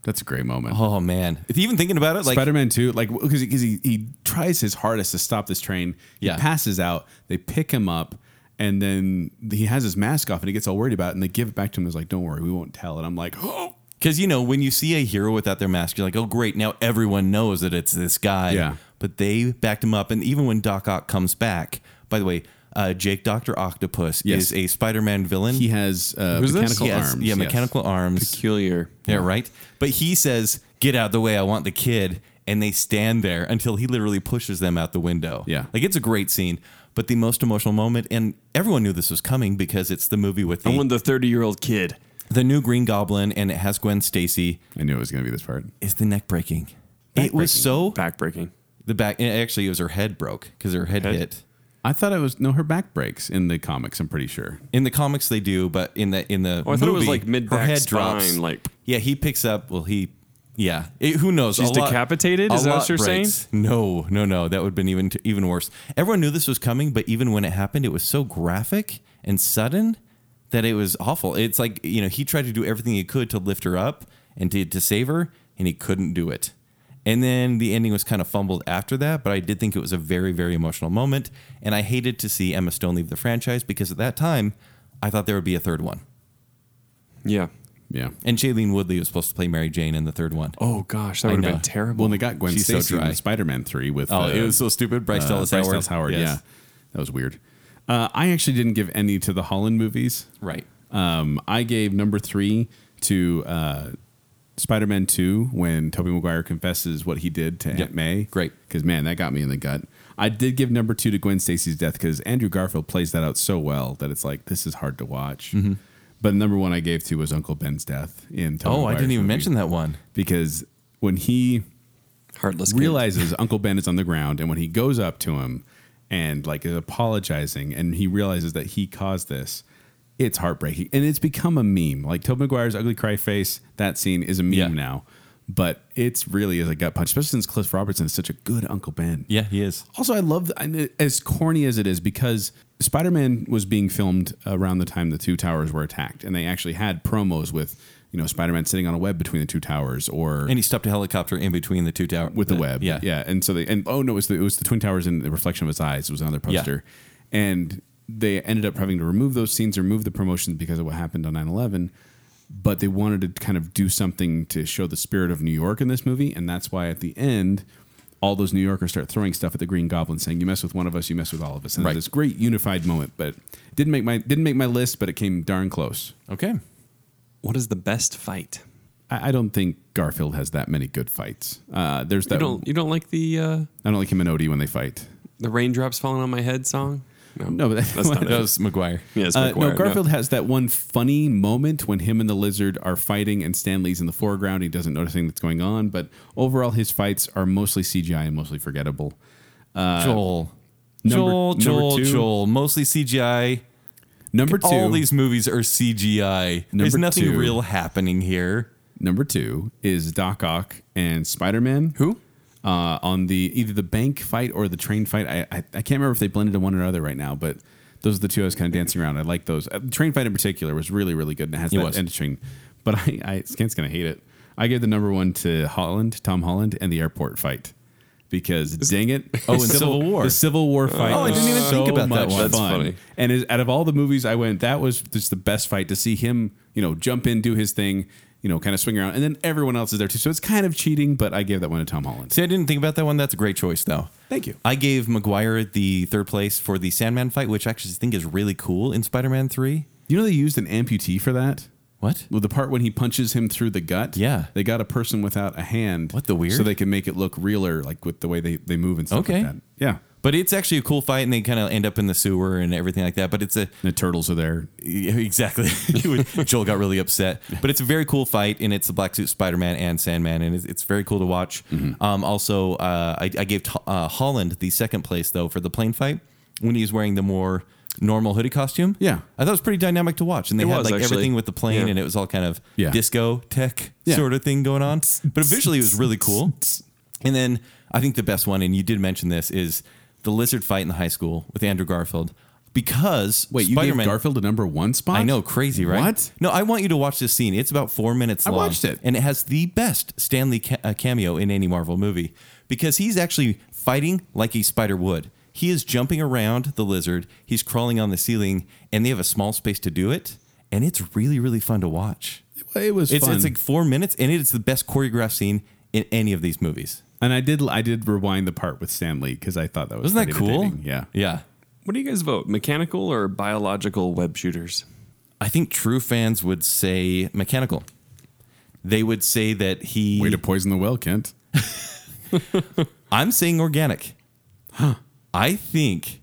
S3: That's a great moment.
S4: oh man! If even thinking about it, like
S3: Spider Man Two, like because he, 'cause he he tries his hardest to stop this train. He
S4: Yeah.
S3: passes out. They pick him up, and then he has his mask off, and he gets all worried about it. And they give it back to him. He's like, "Don't worry, we won't tell." And I'm like, "Oh,
S4: because you know when you see a hero without their mask, you're like, oh great, now everyone knows that it's this guy.
S3: Yeah.
S4: But they backed him up, and even when Doc Ock comes back, by the way, uh, Jake Doctor Octopus
S3: Yes.
S4: is a Spider-Man villain.
S3: he has uh,
S2: Who's this?
S3: mechanical
S4: He has-
S3: arms."
S4: Yeah,
S3: Yes.
S4: mechanical arms.
S2: Peculiar.
S4: Yeah, right. But he says, "Get out of the way! I want the kid." And they stand there until he literally pushes them out the window.
S3: Yeah.
S4: like it's a great scene. But the most emotional moment, and everyone knew this was coming because it's the movie with
S2: I
S4: the,
S2: want the 30 year old kid.
S4: the new Green Goblin, and it has Gwen Stacy.
S3: I knew it was gonna be this part.
S4: Is the neck breaking? it was so
S2: Backbreaking.
S4: the back. Actually, it was her head broke because her head,
S2: Head?
S4: hit.
S3: I thought it was no. Her back breaks in the comics. I'm pretty sure.
S4: In the comics, they do, but in the in the
S2: Oh, I thought it was
S4: movie,
S2: like mid
S4: her
S2: back
S4: head
S2: spine.
S4: drops.
S2: Like
S4: Yeah, he picks up. Well, he, yeah. It- who knows?
S2: She's
S4: A lot-
S2: decapitated?
S4: a
S2: Is that what
S4: lot
S2: you're
S4: breaks. No, no, no. That would have been even t- even worse. Everyone knew this was coming, but even when it happened, it was so graphic and sudden that it was awful. It's like you know he tried to do everything he could to lift her up and to, to save her, and he couldn't do it. And then the ending was kind of fumbled after that, but I did think it was a very, very emotional moment. And I hated to see Emma Stone leave the franchise because at that time, I thought there would be a third one.
S2: yeah.
S3: Yeah.
S4: And Shailene Woodley was supposed to play Mary Jane in the third one.
S2: Oh gosh, that would have
S4: know.
S2: been terrible.
S3: Well, and they got Gwen
S4: She's so
S3: Stacy
S4: dry.
S3: in Spider Man Three with.
S4: Oh,
S3: uh,
S4: it was so stupid. Bryce
S3: uh,
S4: Dallas
S3: Bryce
S4: Howard.
S3: Dallas Howard.
S4: Yes.
S3: Yeah, that was weird. Uh, I actually didn't give any to the Holland movies.
S4: Right.
S3: Um, I gave number three to uh, Spider Man 2 when Tobey Maguire confesses what he did to Aunt May.
S4: Great.
S3: Because, man, that got me in the gut. I did give number two to Gwen Stacy's death because Andrew Garfield plays that out so well that it's like, this is hard to watch.
S4: Mm-hmm.
S3: But number one I gave to was Uncle Ben's death in Tobey
S4: Oh, I didn't even mention that one.
S3: Because when he
S2: Heartless. Realize
S3: realizes Uncle Ben is on the ground, and when he goes up to him and like is apologizing, and he realizes that he caused this, it's heartbreaking, and it's become a meme. Like Tobey Maguire's ugly cry face, that scene is a meme
S4: Yeah.
S3: now, but it's really is a gut punch, especially since Cliff Robertson is such a good Uncle Ben.
S4: Yeah, he is.
S3: Also, I love I mean, as corny as it is because Spider Man was being filmed around the time the two towers were attacked, and they actually had promos with you know Spider Man sitting on a web between the two towers, or
S4: And he stopped a helicopter in between the two towers
S3: with the, web.
S4: Yeah,
S3: yeah. And so they and oh no, it was the, it was the twin towers and the reflection of his eyes was another
S4: Yeah.
S3: poster, and they ended up having to remove those scenes, remove the promotions because of what happened on 9-11. But they wanted to kind of do something to show the spirit of New York in this movie, and that's why at the end. All those New Yorkers start throwing stuff at the Green Goblin, saying, "You mess with one of us, you mess with all of us." And
S4: Right.
S3: there's this great unified moment, but didn't make my didn't make my list, but it came darn close.
S4: Okay.
S2: what is the best fight?
S3: I, I don't think Garfield has that many good fights. Uh, there's that.
S2: You don't you don't like the uh
S3: I don't like him and Odie when they fight.
S2: the raindrops falling on my head song?
S3: No, but
S2: that's not
S4: That
S2: it.
S4: was McGuire.
S2: Yeah, it's
S3: Uh,
S2: McGuire,
S3: no, Garfield has that one funny moment when him and the lizard are fighting, and Stanley's in the foreground. He doesn't notice anything that's going on, but overall, his fights are mostly CGI and mostly forgettable.
S4: Uh, Joel.
S3: number-
S4: Joel,
S3: number
S4: Joel,
S3: two.
S4: Joel. Mostly CGI.
S3: Number two,
S4: All these movies are CGI. There's
S3: Number
S4: nothing
S3: two.
S4: real happening here.
S3: number two is Doc Ock and Spider Man. Who? Uh, on the either the bank fight or the train fight. I, I I can't remember if they blended to one another right now, but those are the two I was kind of dancing around. I like those. Uh, the train fight in particular was really really good and it has
S4: It
S3: that
S4: was.
S3: end train. But I, I Skint's gonna hate it. I gave the number one to Holland, Tom Holland, and the airport fight. because dang it!
S4: Oh,
S3: the
S4: and Civil War.
S3: the Civil War fight.
S4: Oh, I
S3: was
S4: didn't even
S3: so
S4: think about that.
S3: much
S2: That's
S3: fun.
S2: funny.
S3: And is, out of all the movies I went, that was just the best fight to see him, you know, jump in, do his thing, you know, kind of swing around, and then everyone else is there too. So it's kind of cheating, but I gave that one to Tom Holland.
S4: See, I didn't think about that one. That's a great choice, though.
S3: Thank you.
S4: I gave McGuire the third place for the Sandman fight, which I actually think is really cool in Spider Man 3.
S3: You know, they used an amputee for that.
S4: What?
S3: Well, the part when he punches him through the gut.
S4: Yeah.
S3: They got a person without a hand.
S4: What the weird?
S3: So they can make it look realer, like with the way they, they move and stuff
S4: Okay.
S3: like that. Yeah.
S4: But it's actually a cool fight, and they kind of end up in the sewer and everything like that. But it's a
S3: And the turtles are there.
S4: Yeah, exactly. Joel got really upset, but it's a very cool fight, and it's the Black Suit Spider Man and Sandman, and it's, it's very cool to watch.
S3: Mm-hmm.
S4: Um, also, uh, I, I gave t- uh, Holland the second place though for the plane fight when he's wearing the more normal hoodie costume.
S3: Yeah.
S4: I thought it was pretty dynamic to watch, and they
S2: It
S4: had
S2: was,
S4: like
S2: actually.
S4: everything with the plane,
S2: Yeah.
S4: and it was all kind of
S3: Yeah.
S4: disco tech
S3: Yeah.
S4: sort of thing going on. But visually, it was really cool. And then I think the best one, and you did mention this, is the lizard fight in the high school with Andrew Garfield. Because
S3: Wait, you
S4: Spider-Man,
S3: gave Garfield a number one spot?
S4: I know, crazy, right?
S3: What?
S4: No, I want you to watch this scene. It's about four minutes long.
S3: watched it.
S4: And it has the best Stanley ca- uh, cameo in any Marvel movie because he's actually fighting like a spider would. He is jumping around the lizard, he's crawling on the ceiling, and they have a small space to do it. And it's really, really fun to watch.
S3: It was
S4: It's,
S3: fun.
S4: it's like four minutes, and it is the best choreographed scene in any of these movies.
S3: and I did I did rewind the part with Stanley because I thought that was
S4: Wasn't that
S3: pretty
S4: cool?
S3: entertaining. Yeah.
S4: Yeah.
S2: What do you guys vote? Mechanical or biological web shooters?
S4: I think true fans would say mechanical. They would say that he.
S3: Way to poison the well, Kent.
S4: I'm saying organic. I think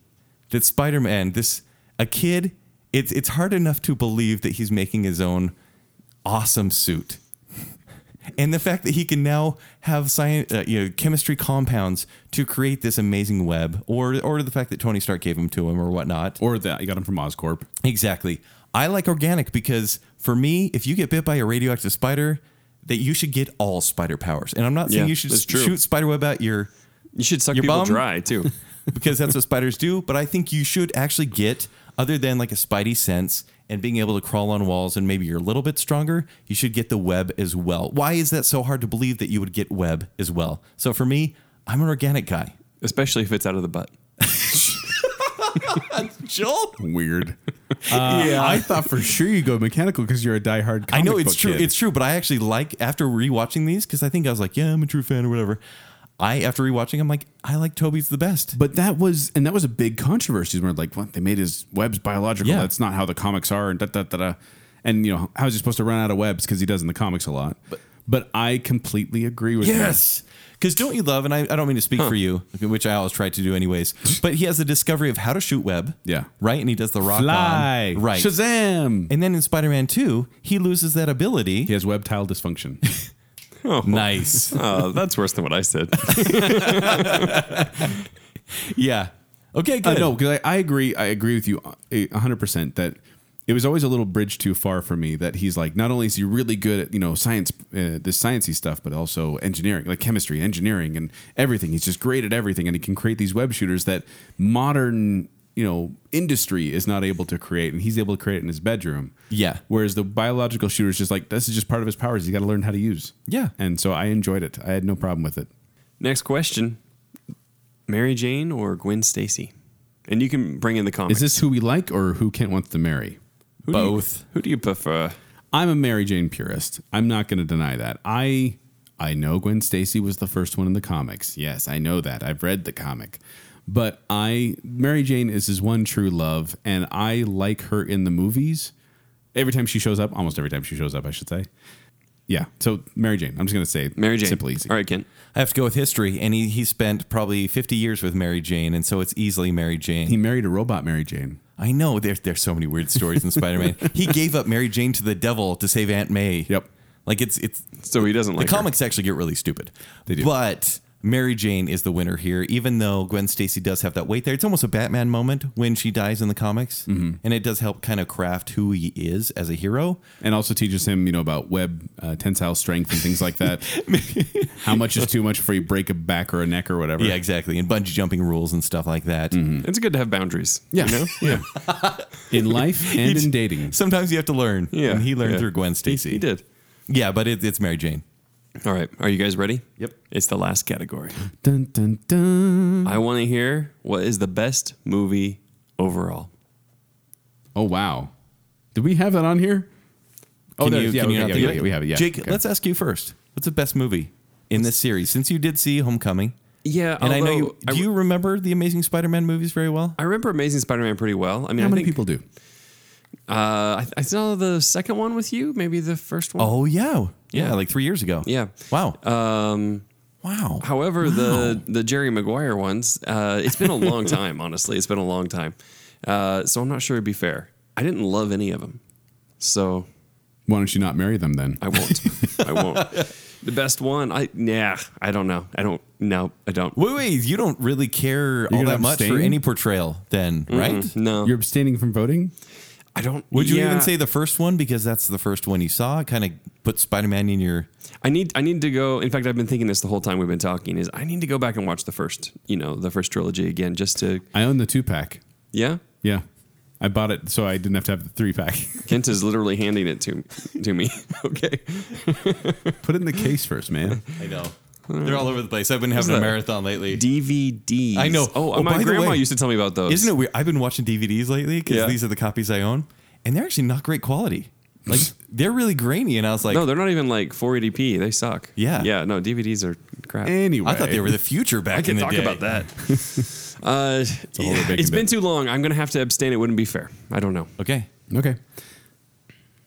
S4: that Spider-Man, this a kid, it's it's hard enough to believe that he's making his own awesome suit. And the fact that he can now have science, uh, you know, chemistry compounds to create this amazing web, or or the fact that Tony Stark gave him to him, or whatnot.
S3: Or that I got him from Oscorp.
S4: Exactly. I like organic because for me, if you get bit by a radioactive spider, that you should get all spider powers. And I'm not saying
S2: Yeah,
S4: you should
S2: that's true.
S4: shoot spider web out your
S2: You should suck
S4: Your
S2: people
S4: bum?
S2: dry too.
S4: because that's what spiders do. But I think you should actually get, other than like a spidey sense and being able to crawl on walls and maybe you're a little bit stronger, you should get the web as well. Why is that so hard to believe that you would get web as well? So for me, I'm an organic guy.
S2: Especially if it's out of the butt.
S4: Joel?
S3: Weird. Uh, I thought for sure you go mechanical because you're a diehard. Comic
S4: I know it's
S3: book
S4: true.
S3: kid.
S4: It's true, but I actually like after rewatching these because I think I was like, yeah, I'm a true fan or whatever. I after rewatching, I'm like, I like Toby's the best.
S3: But that was, and that was a big controversy. Where like, what they made his webs biological.
S4: Yeah.
S3: That's not how the comics are, and da da da da. And you know, how is he supposed to run out of webs because he does in the comics a lot? But, I completely agree with
S4: Yes. Because don't you love, and I, I don't mean to speak for you, which I always try to do anyways, but he has the discovery of how to shoot web.
S3: Yeah.
S4: Right? And he does the rock
S3: that. Fly,
S4: on. Right.
S3: Shazam!
S4: And then in Spider Man 2, he loses that ability.
S3: He has webtile dysfunction.
S4: Nice.
S2: Oh, that's worse than what I said.
S4: yeah. Okay,
S3: Uh,
S4: good.
S3: no, because I, I agree. I agree with you uh, a hundred percent that it was always a little bridge too far for me. That he's like, not only is he really good at you know science, uh, this sciencey stuff, but also engineering, like chemistry, engineering, and everything. He's just great at everything, and he can create these web shooters that modern you know industry is not able to create, and he's able to create it in his bedroom.
S4: Yeah.
S3: Whereas the biological shooter is just like this is just part of his powers. He's got to learn how to use.
S4: Yeah.
S3: And so I enjoyed it. I had no problem with it.
S2: Next question: Mary Jane or Gwen Stacy? And you can bring in the comments.
S3: Is this who we like or who Kent wants to marry?
S2: both? who do you prefer?
S3: I'm a Mary Jane purist. I'm not going to deny that. I I know Gwen Stacy was the first one in the comics. Yes, I know that. I've read the comic. But I Mary Jane is his one true love and I like her in the movies. Every time she shows up, almost every time she shows up, I should say. Yeah. So Mary Jane, I'm just going to say
S2: Mary Jane.
S3: simple easy.
S2: All right, Kent.
S4: I have to go with history. And he, he spent probably 50 years with Mary Jane. And so it's easily Mary Jane.
S3: He married a robot Mary Jane.
S4: I know there's there's so many weird stories in Spider Man. He gave up Mary Jane to the devil to save Aunt May.
S3: Yep.
S4: Like it's it's
S2: So he doesn't
S4: the
S2: like her.
S4: comics actually get really stupid.
S3: They do.
S4: But Mary Jane is the winner here, even though Gwen Stacy does have that weight there. It's almost a Batman moment when she dies in the comics,
S3: Mm-hmm.
S4: and it does help kind of craft who he is as a hero.
S3: And also teaches him, you know, about web uh, tensile strength and things like that. How much is too much before you break a back or a neck or whatever.
S4: Yeah, exactly, and bungee jumping rules and stuff like that.
S3: Mm-hmm.
S2: It's good to have boundaries.
S3: Yeah.
S2: You know?
S3: Yeah. in life and in dating.
S4: Sometimes you have to learn,
S2: Yeah.
S4: and he learned
S2: yeah.
S4: through Gwen
S2: He,
S4: Stacy.
S2: he did.
S4: Yeah, but it, it's Mary Jane.
S2: All right. Are you guys ready?
S4: Yep.
S2: It's the last category.
S3: Dun, dun, dun.
S2: I want to hear what is the best movie overall.
S3: Oh wow, did we have that on here? Oh,
S4: Can
S3: there it
S4: you-
S3: is. yeah,
S4: can you
S3: okay,
S4: not
S3: yeah,
S4: think
S3: yeah,
S4: of it?
S3: yeah, we have it. Yeah,
S4: Jake,
S3: okay.
S4: let's ask you first. What's the best movie in this series? Since you did see Homecoming,
S2: Yeah,
S4: and I know you,
S2: I,
S4: do you remember the Amazing Spider-Man movies very well?
S2: I remember Amazing Spider-Man pretty well. I mean,
S3: How
S2: I
S3: many
S2: think,
S3: people do?
S2: Uh, I, I saw the second one with you, maybe the first one.
S4: Oh yeah, yeah, like three years ago.
S2: yeah.
S4: Wow.
S2: Um,
S4: wow.
S2: However, the the Jerry Maguire ones, uh, it's been a long time. Honestly, it's been a long time. Uh, so I'm not sure it'd be fair. I didn't love any of them, so
S3: Why don't you not marry them then?
S2: I won't. I won't. The best one, I nah, I don't know. I don't. No, I don't.
S4: Wait, wait, you don't really care all
S3: gonna
S4: that much for
S3: abstain?
S4: any portrayal, then, right?
S2: No,
S3: You're abstaining from voting.
S2: I don't.
S4: Would you
S2: yeah.
S4: even say the first one because that's the first one you saw? Kind of put Spider-Man in your.
S2: I need I need to go. In fact, I've been thinking this the whole time we've been talking. Is I need to go back and watch the first, you know, the first trilogy again, just to
S3: I own the two pack.
S2: yeah.
S3: Yeah, I bought it so I didn't have to have the three pack.
S2: Kent is literally handing it to to me. okay,
S3: Put it in the case first, man.
S4: I know they're all over the place. I've been having
S2: Hmm. that?
S4: marathon lately.
S2: DVDs.
S4: I know.
S2: Oh,
S4: Oh, by
S2: my
S4: the
S2: grandma
S4: way,
S2: used to tell me about those.
S4: Isn't it weird? I've been watching DVDs lately because
S2: Yeah.
S4: these are the copies I own, and they're actually not great quality. Like they're really grainy, and I was like,
S2: No, they're not even like 480p. They suck.
S4: Yeah.
S2: Yeah. No, DVDs are crap.
S3: Anyway,
S4: I thought they were the future back
S2: I can
S4: in the
S2: talk
S4: day.
S2: about that. uh,
S3: a whole
S2: yeah,
S3: big
S2: it's been
S3: debate.
S2: too long. I'm gonna have to abstain. It wouldn't be fair. I don't know.
S4: Okay,
S3: Okay.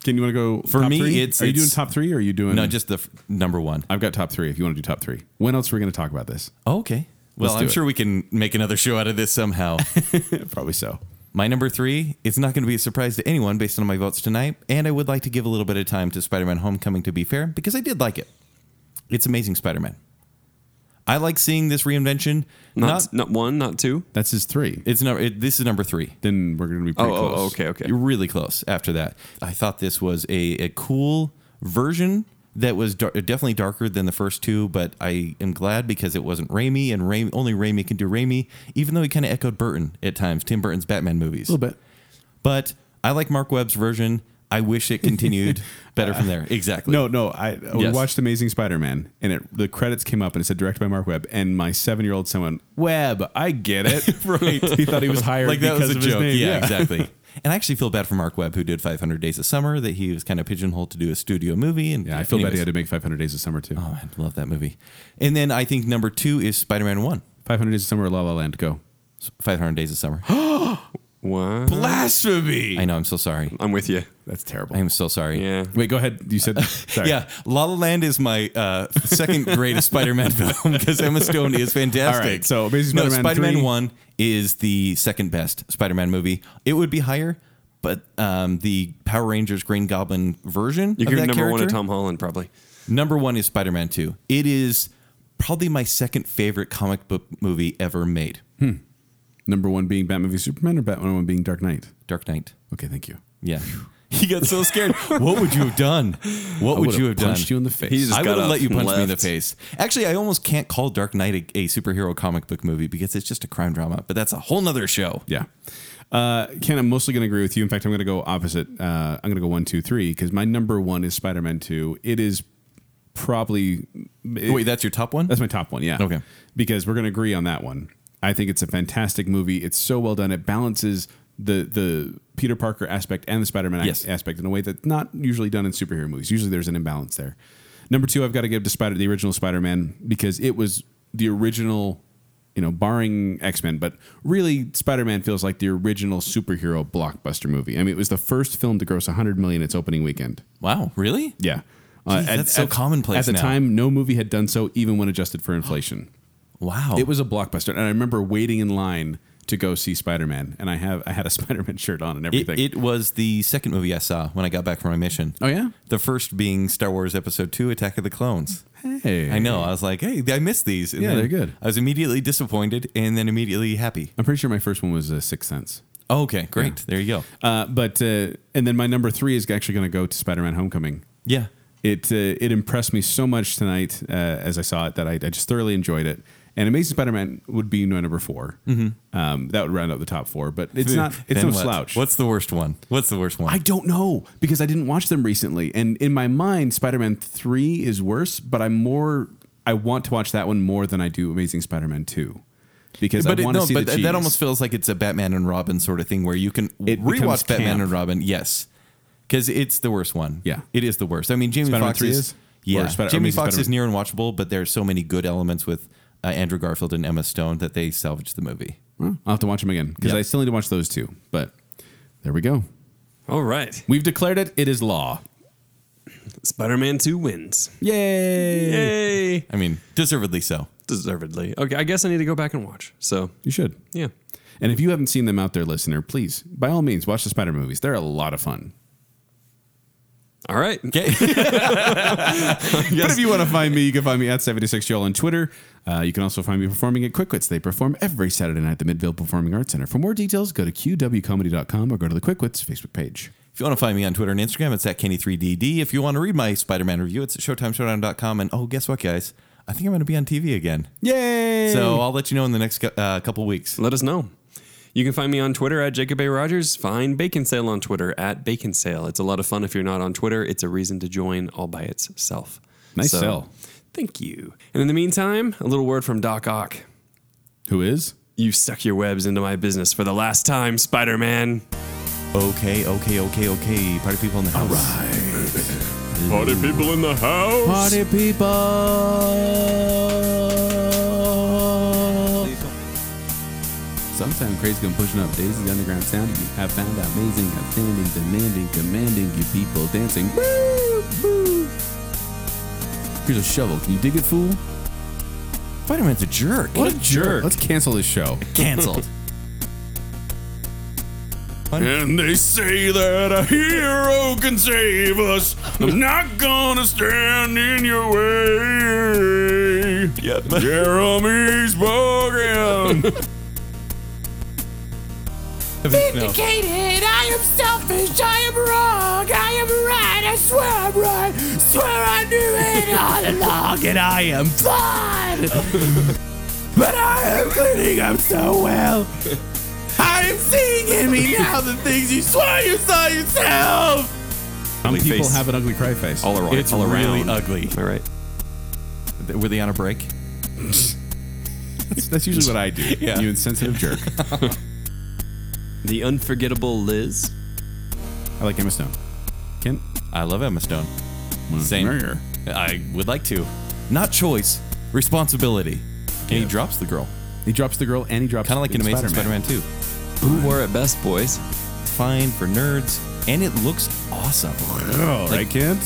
S3: Can you want to go
S4: For
S3: top
S4: me,
S3: Three?
S4: it's-
S3: are you
S4: it's-
S3: doing top three or are you doing?
S4: no, just the f- number one.
S3: I've got top three. If you want to do top three, when else are we going to talk about this?
S4: Oh, okay. Well,
S3: Let's
S4: I'm
S3: do it.
S4: sure we can make another show out of this somehow.
S3: Probably so.
S4: My number three, it's not going to be a surprise to anyone based on my votes tonight, and I would like to give a little bit of time to Spider Man Homecoming to be fair, because I did like it. It's Amazing Spider Man. I like seeing this reinvention.
S2: Not not, one, not two.
S3: That's his three.
S4: it's number, it, this is number three.
S3: then we're going to be pretty
S2: Oh, oh,
S3: close.
S2: okay, okay.
S4: You're really close after that. I thought this was a, a cool version that was dar- definitely darker than the first two, but I am glad because it wasn't Raimi, and Raimi, only Raimi can do Raimi, even though he kind of echoed Burton at times, Tim Burton's Batman movies.
S3: A little bit.
S4: But I like Mark Webb's version. I wish it continued better from there. Exactly.
S3: No, no. I uh, we
S4: Yes.
S3: watched Amazing Spider-Man, and it, the credits came up, and it said directed by Mark Webb. And my seven-year-old son went, "Webb, I get it. right? He thought he was hired
S4: like that
S3: because
S4: was a
S3: of his
S4: joke.
S3: name.
S4: Yeah, exactly. And I actually feel bad for Mark Webb, who did 500 Days of Summer, that he was kind of pigeonholed to do a studio movie. And
S3: Yeah, I feel bad he
S4: anyways.
S3: had to make 500 Days of Summer too.
S4: Oh, I love that movie. And then I think number two is Spider Man 1,
S3: 500 Days of Summer, or La La Land. Go.
S4: 500 Days of Summer.
S2: Wow.
S3: Blasphemy.
S4: I know, I'm so sorry.
S2: I'm with you.
S3: That's terrible.
S4: I am so sorry.
S2: Yeah.
S3: Wait, go ahead. You said sorry.
S4: Yeah, La La Land is my uh, second greatest Spider-Man film because Emma Stone is fantastic.
S3: All right, so Amazing
S4: no,
S3: Spider-Man
S4: Spider-Man
S3: 3.
S4: One is the second best Spider-Man movie. It would be higher, but um, the Power Rangers Green Goblin version.
S2: You
S4: of
S2: give
S4: that
S2: number one to
S4: character-
S2: Tom Holland probably.
S4: Number one is Spider Man 2. It is probably my second favorite comic book movie ever made.
S3: Number one being Batman v Superman, or Batman one being Dark Knight.
S4: Dark Knight.
S3: Okay, thank you.
S4: Yeah. He got so scared. What would you have done? What would
S3: would've
S4: you have done?
S3: punched you in the face.
S4: He
S3: just
S4: I
S2: got
S4: would have
S2: up
S4: let you
S2: and
S4: punch me in the
S2: left.
S4: face. Actually, I almost can't call Dark Knight a, a superhero comic book movie because it's just a crime drama, but that's a whole nother show.
S3: Yeah. Uh, Ken, I'm mostly going to agree with you. In fact, I'm going to go opposite. Uh, I'm going to go one, two, three, because my number one is Spider Man 2. It is probably. it-
S4: Wait, that's your top one?
S3: that's my top one. Yeah.
S4: Okay.
S3: Because we're going to agree on that one. I think it's a fantastic movie. It's so well done. It balances the the Peter Parker aspect and the Spider Man
S4: Yes.
S3: aspect in a way that's not usually done in superhero movies. Usually there's an imbalance there. Number two, I've got to give to Spider the original Spider Man because it was the original, you know, barring X Men, but really Spider Man feels like the original superhero blockbuster movie. I mean, it was the first film to gross 100 million its opening weekend.
S4: wow, really?
S3: Yeah. Uh,
S4: Jeez, that's so commonplace
S3: At the
S4: now. Oh.
S3: time, no movie had done so, even when adjusted for inflation.
S4: Wow.
S3: It was a blockbuster, and I remember waiting in line to go see Spider Man, and I have I had a Spider Man shirt on and
S4: it,
S3: everything.
S4: it was the second movie I saw when I got back from my mission.
S3: oh yeah,
S4: The first being Star Wars Episode 2 Attack of the Clones.
S3: hey,
S4: I know. I was like, hey, I missed these. And
S3: Yeah,
S4: then
S3: they're good.
S4: I was immediately disappointed and then immediately happy.
S3: I'm pretty sure my first one was uh, Sixth Sense.
S4: Oh, okay, great. There you go.
S3: Uh, but uh, and then my number three is actually going to go to Spider Man Homecoming.
S4: Yeah.
S3: It uh, it impressed me so much tonight uh, as I saw it that I, I just thoroughly enjoyed it. And Amazing Spider-Man would be my number 4 Um, that would round out the top four, but it's not. It's
S4: Mm-hmm. Then
S3: no
S4: what?
S3: slouch.
S4: What's the worst one? What's the worst one?
S3: I don't know because I didn't watch them recently, and in my mind, Spider-Man Three is worse. But I'm more. I want to watch that one more than I do Amazing Spider-Man Two, because
S4: but
S3: I
S4: it-
S3: want
S4: no,
S3: to see
S4: but
S3: the
S4: th-
S3: cheese.
S4: that almost feels like it's a Batman and Robin sort of thing where you can
S3: It becomes
S4: rewatch Batman
S3: camp.
S4: and Robin. Yes, because it's the worst one.
S3: Yeah.
S4: it is the worst. I mean, Jamie
S3: Spider-Man
S4: Fox
S3: 3
S4: is,
S3: is? Or
S4: yeah.
S3: Spider-
S4: Jamie
S3: Amazing
S4: Fox is
S3: Spider-Man.
S4: near unwatchable, but there are so many good elements with uh, Andrew Garfield and Emma Stone that they salvaged the movie.
S3: Well, I'll have to watch them again because
S4: Yep.
S3: I still need to watch those two. But there we go.
S2: All right.
S3: We've declared it. It is law.
S2: Spider Man 2 wins.
S3: Yay!
S2: Yay.
S4: I mean, deservedly so.
S2: Deservedly. Okay, I guess I need to go back and watch. So,
S3: You should.
S2: yeah.
S3: And if you haven't seen them out there, listener, please, by all means, watch the Spider movies. They're a lot of fun.
S2: All right.
S4: Okay,
S3: But if you want to find me, you can find me at 76Joel on Twitter. Uh, you can also find me performing at Quick Wits. They perform every Saturday night at the Midville Performing Arts Center. For more details, go to qwcomedy.com or go to the Quick Wits Facebook page.
S4: if you want to find me on Twitter and Instagram, it's at Kenny3DD. If you want to read my Spider-Man review, it's at ShowtimeShowdown.com. And oh, guess what, guys? I think I'm going to be on TV again.
S3: Yay!
S4: So I'll let you know in the next cou- uh, couple weeks.
S2: Let us know. You can find me on Twitter at Jacob A. Rogers. Find Bacon Sale on Twitter at Bacon Sale. It's a lot of fun if you're not on Twitter. It's a reason to join all by itself.
S3: Nice sell.
S2: Thank you. And in the meantime, a little word from Doc Ock.
S3: Who is?
S2: You suck your webs into my business for the last time, Spider Man.
S4: Okay, okay, okay, okay. Party people in the house.
S5: Party people in the house.
S3: Party people! Sometime crazy gonna pushing up daisies the underground sound you have found amazing, outstanding, demanding, commanding you people dancing. Woo! Woo! Here's a shovel. Can you dig it, fool?
S4: Spider Man's a jerk.
S3: a jerk. Let's cancel this show.
S4: Cancelled.
S5: And they say that a hero can save us. I'm not gonna stand in your way. Jeremy's broken.
S6: Vindicated, I am selfish, I am wrong, I am right, I swear I'm right, swear I knew it all along, and I am fine! but I am cleaning up so well! I am seeing in me now the things you swore you saw yourself!
S3: Some
S4: Ugly
S3: people
S4: face.
S3: have an ugly cry face.
S2: All around.
S4: it's
S2: all
S4: really
S2: around.
S4: ugly.
S2: All right.
S4: Were they on a break?
S3: That's, that's usually what I do.
S4: Yeah.
S3: You insensitive jerk.
S2: The unforgettable Liz.
S3: I like Emma Stone. Kent?
S4: I love Emma Stone.
S3: wanna
S4: Same.
S3: marry her?
S4: I would like to. Not choice, responsibility. And he drops the girl.
S3: He drops the girl and he drops
S4: Kind of like an amazing Spider Man 2.
S2: Who wore it best, boys?
S4: It's fine for nerds, and it looks awesome.
S3: Oh, right, Kent?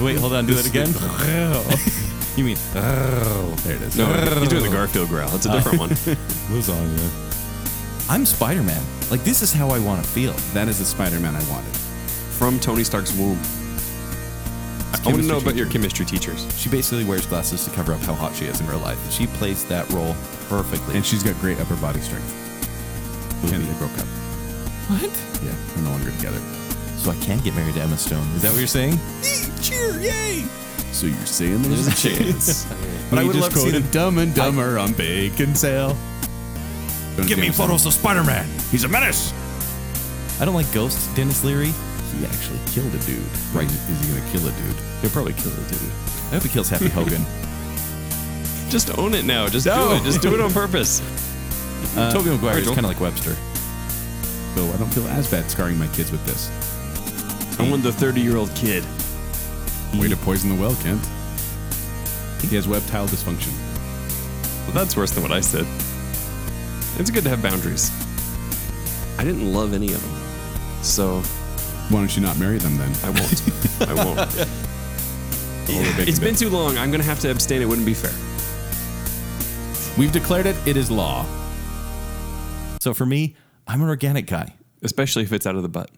S4: Wait, hold on. Do that again. you mean,
S3: There it is.
S2: No, he's doing the Garfield growl. It's a different one.
S4: I'm Spider Man. Like, this is how I want to feel.
S3: That is the Spider Man I wanted.
S2: From Tony Stark's womb. I want to know about your chemistry teachers.
S4: She basically wears glasses to cover up how hot she is in real life. She plays that role perfectly.
S3: And she's got great upper body strength. And they broke up.
S4: what?
S3: Yeah, they're no longer together.
S4: So I can get married to Emma Stone. Is that what you're saying? Cheer, yay!
S3: So you're saying there's a chance.
S4: But I would love to see them-
S3: Dumb and Dumber on Bacon Sale.
S5: Give me photos of Spider Man. He's a menace.
S4: I don't like ghosts, Dennis Leary.
S3: He actually killed a dude. Right? Is he gonna kill a dude?
S4: He'll probably kill the dude. I hope he kills Happy Hogan.
S2: Just own it now. Just
S4: No.
S2: do it. Just do it on purpose.
S5: Uh,
S4: Toby McGuire is
S2: Virgil.
S4: kind of like Webster.
S3: So I don't feel as bad scarring my kids with this.
S2: I want the 30 year old kid.
S3: Way to poison the well, Kent. He has web tile dysfunction.
S2: Well, that's worse than what I said. It's good to have boundaries. I didn't love any of them. So
S3: Why don't you not marry them then?
S2: I won't. I won't. It's been too long. I'm going to have to abstain. It wouldn't be fair.
S3: We've declared it. It is law.
S4: So for me, I'm an organic guy.
S2: Especially if it's out of the butt.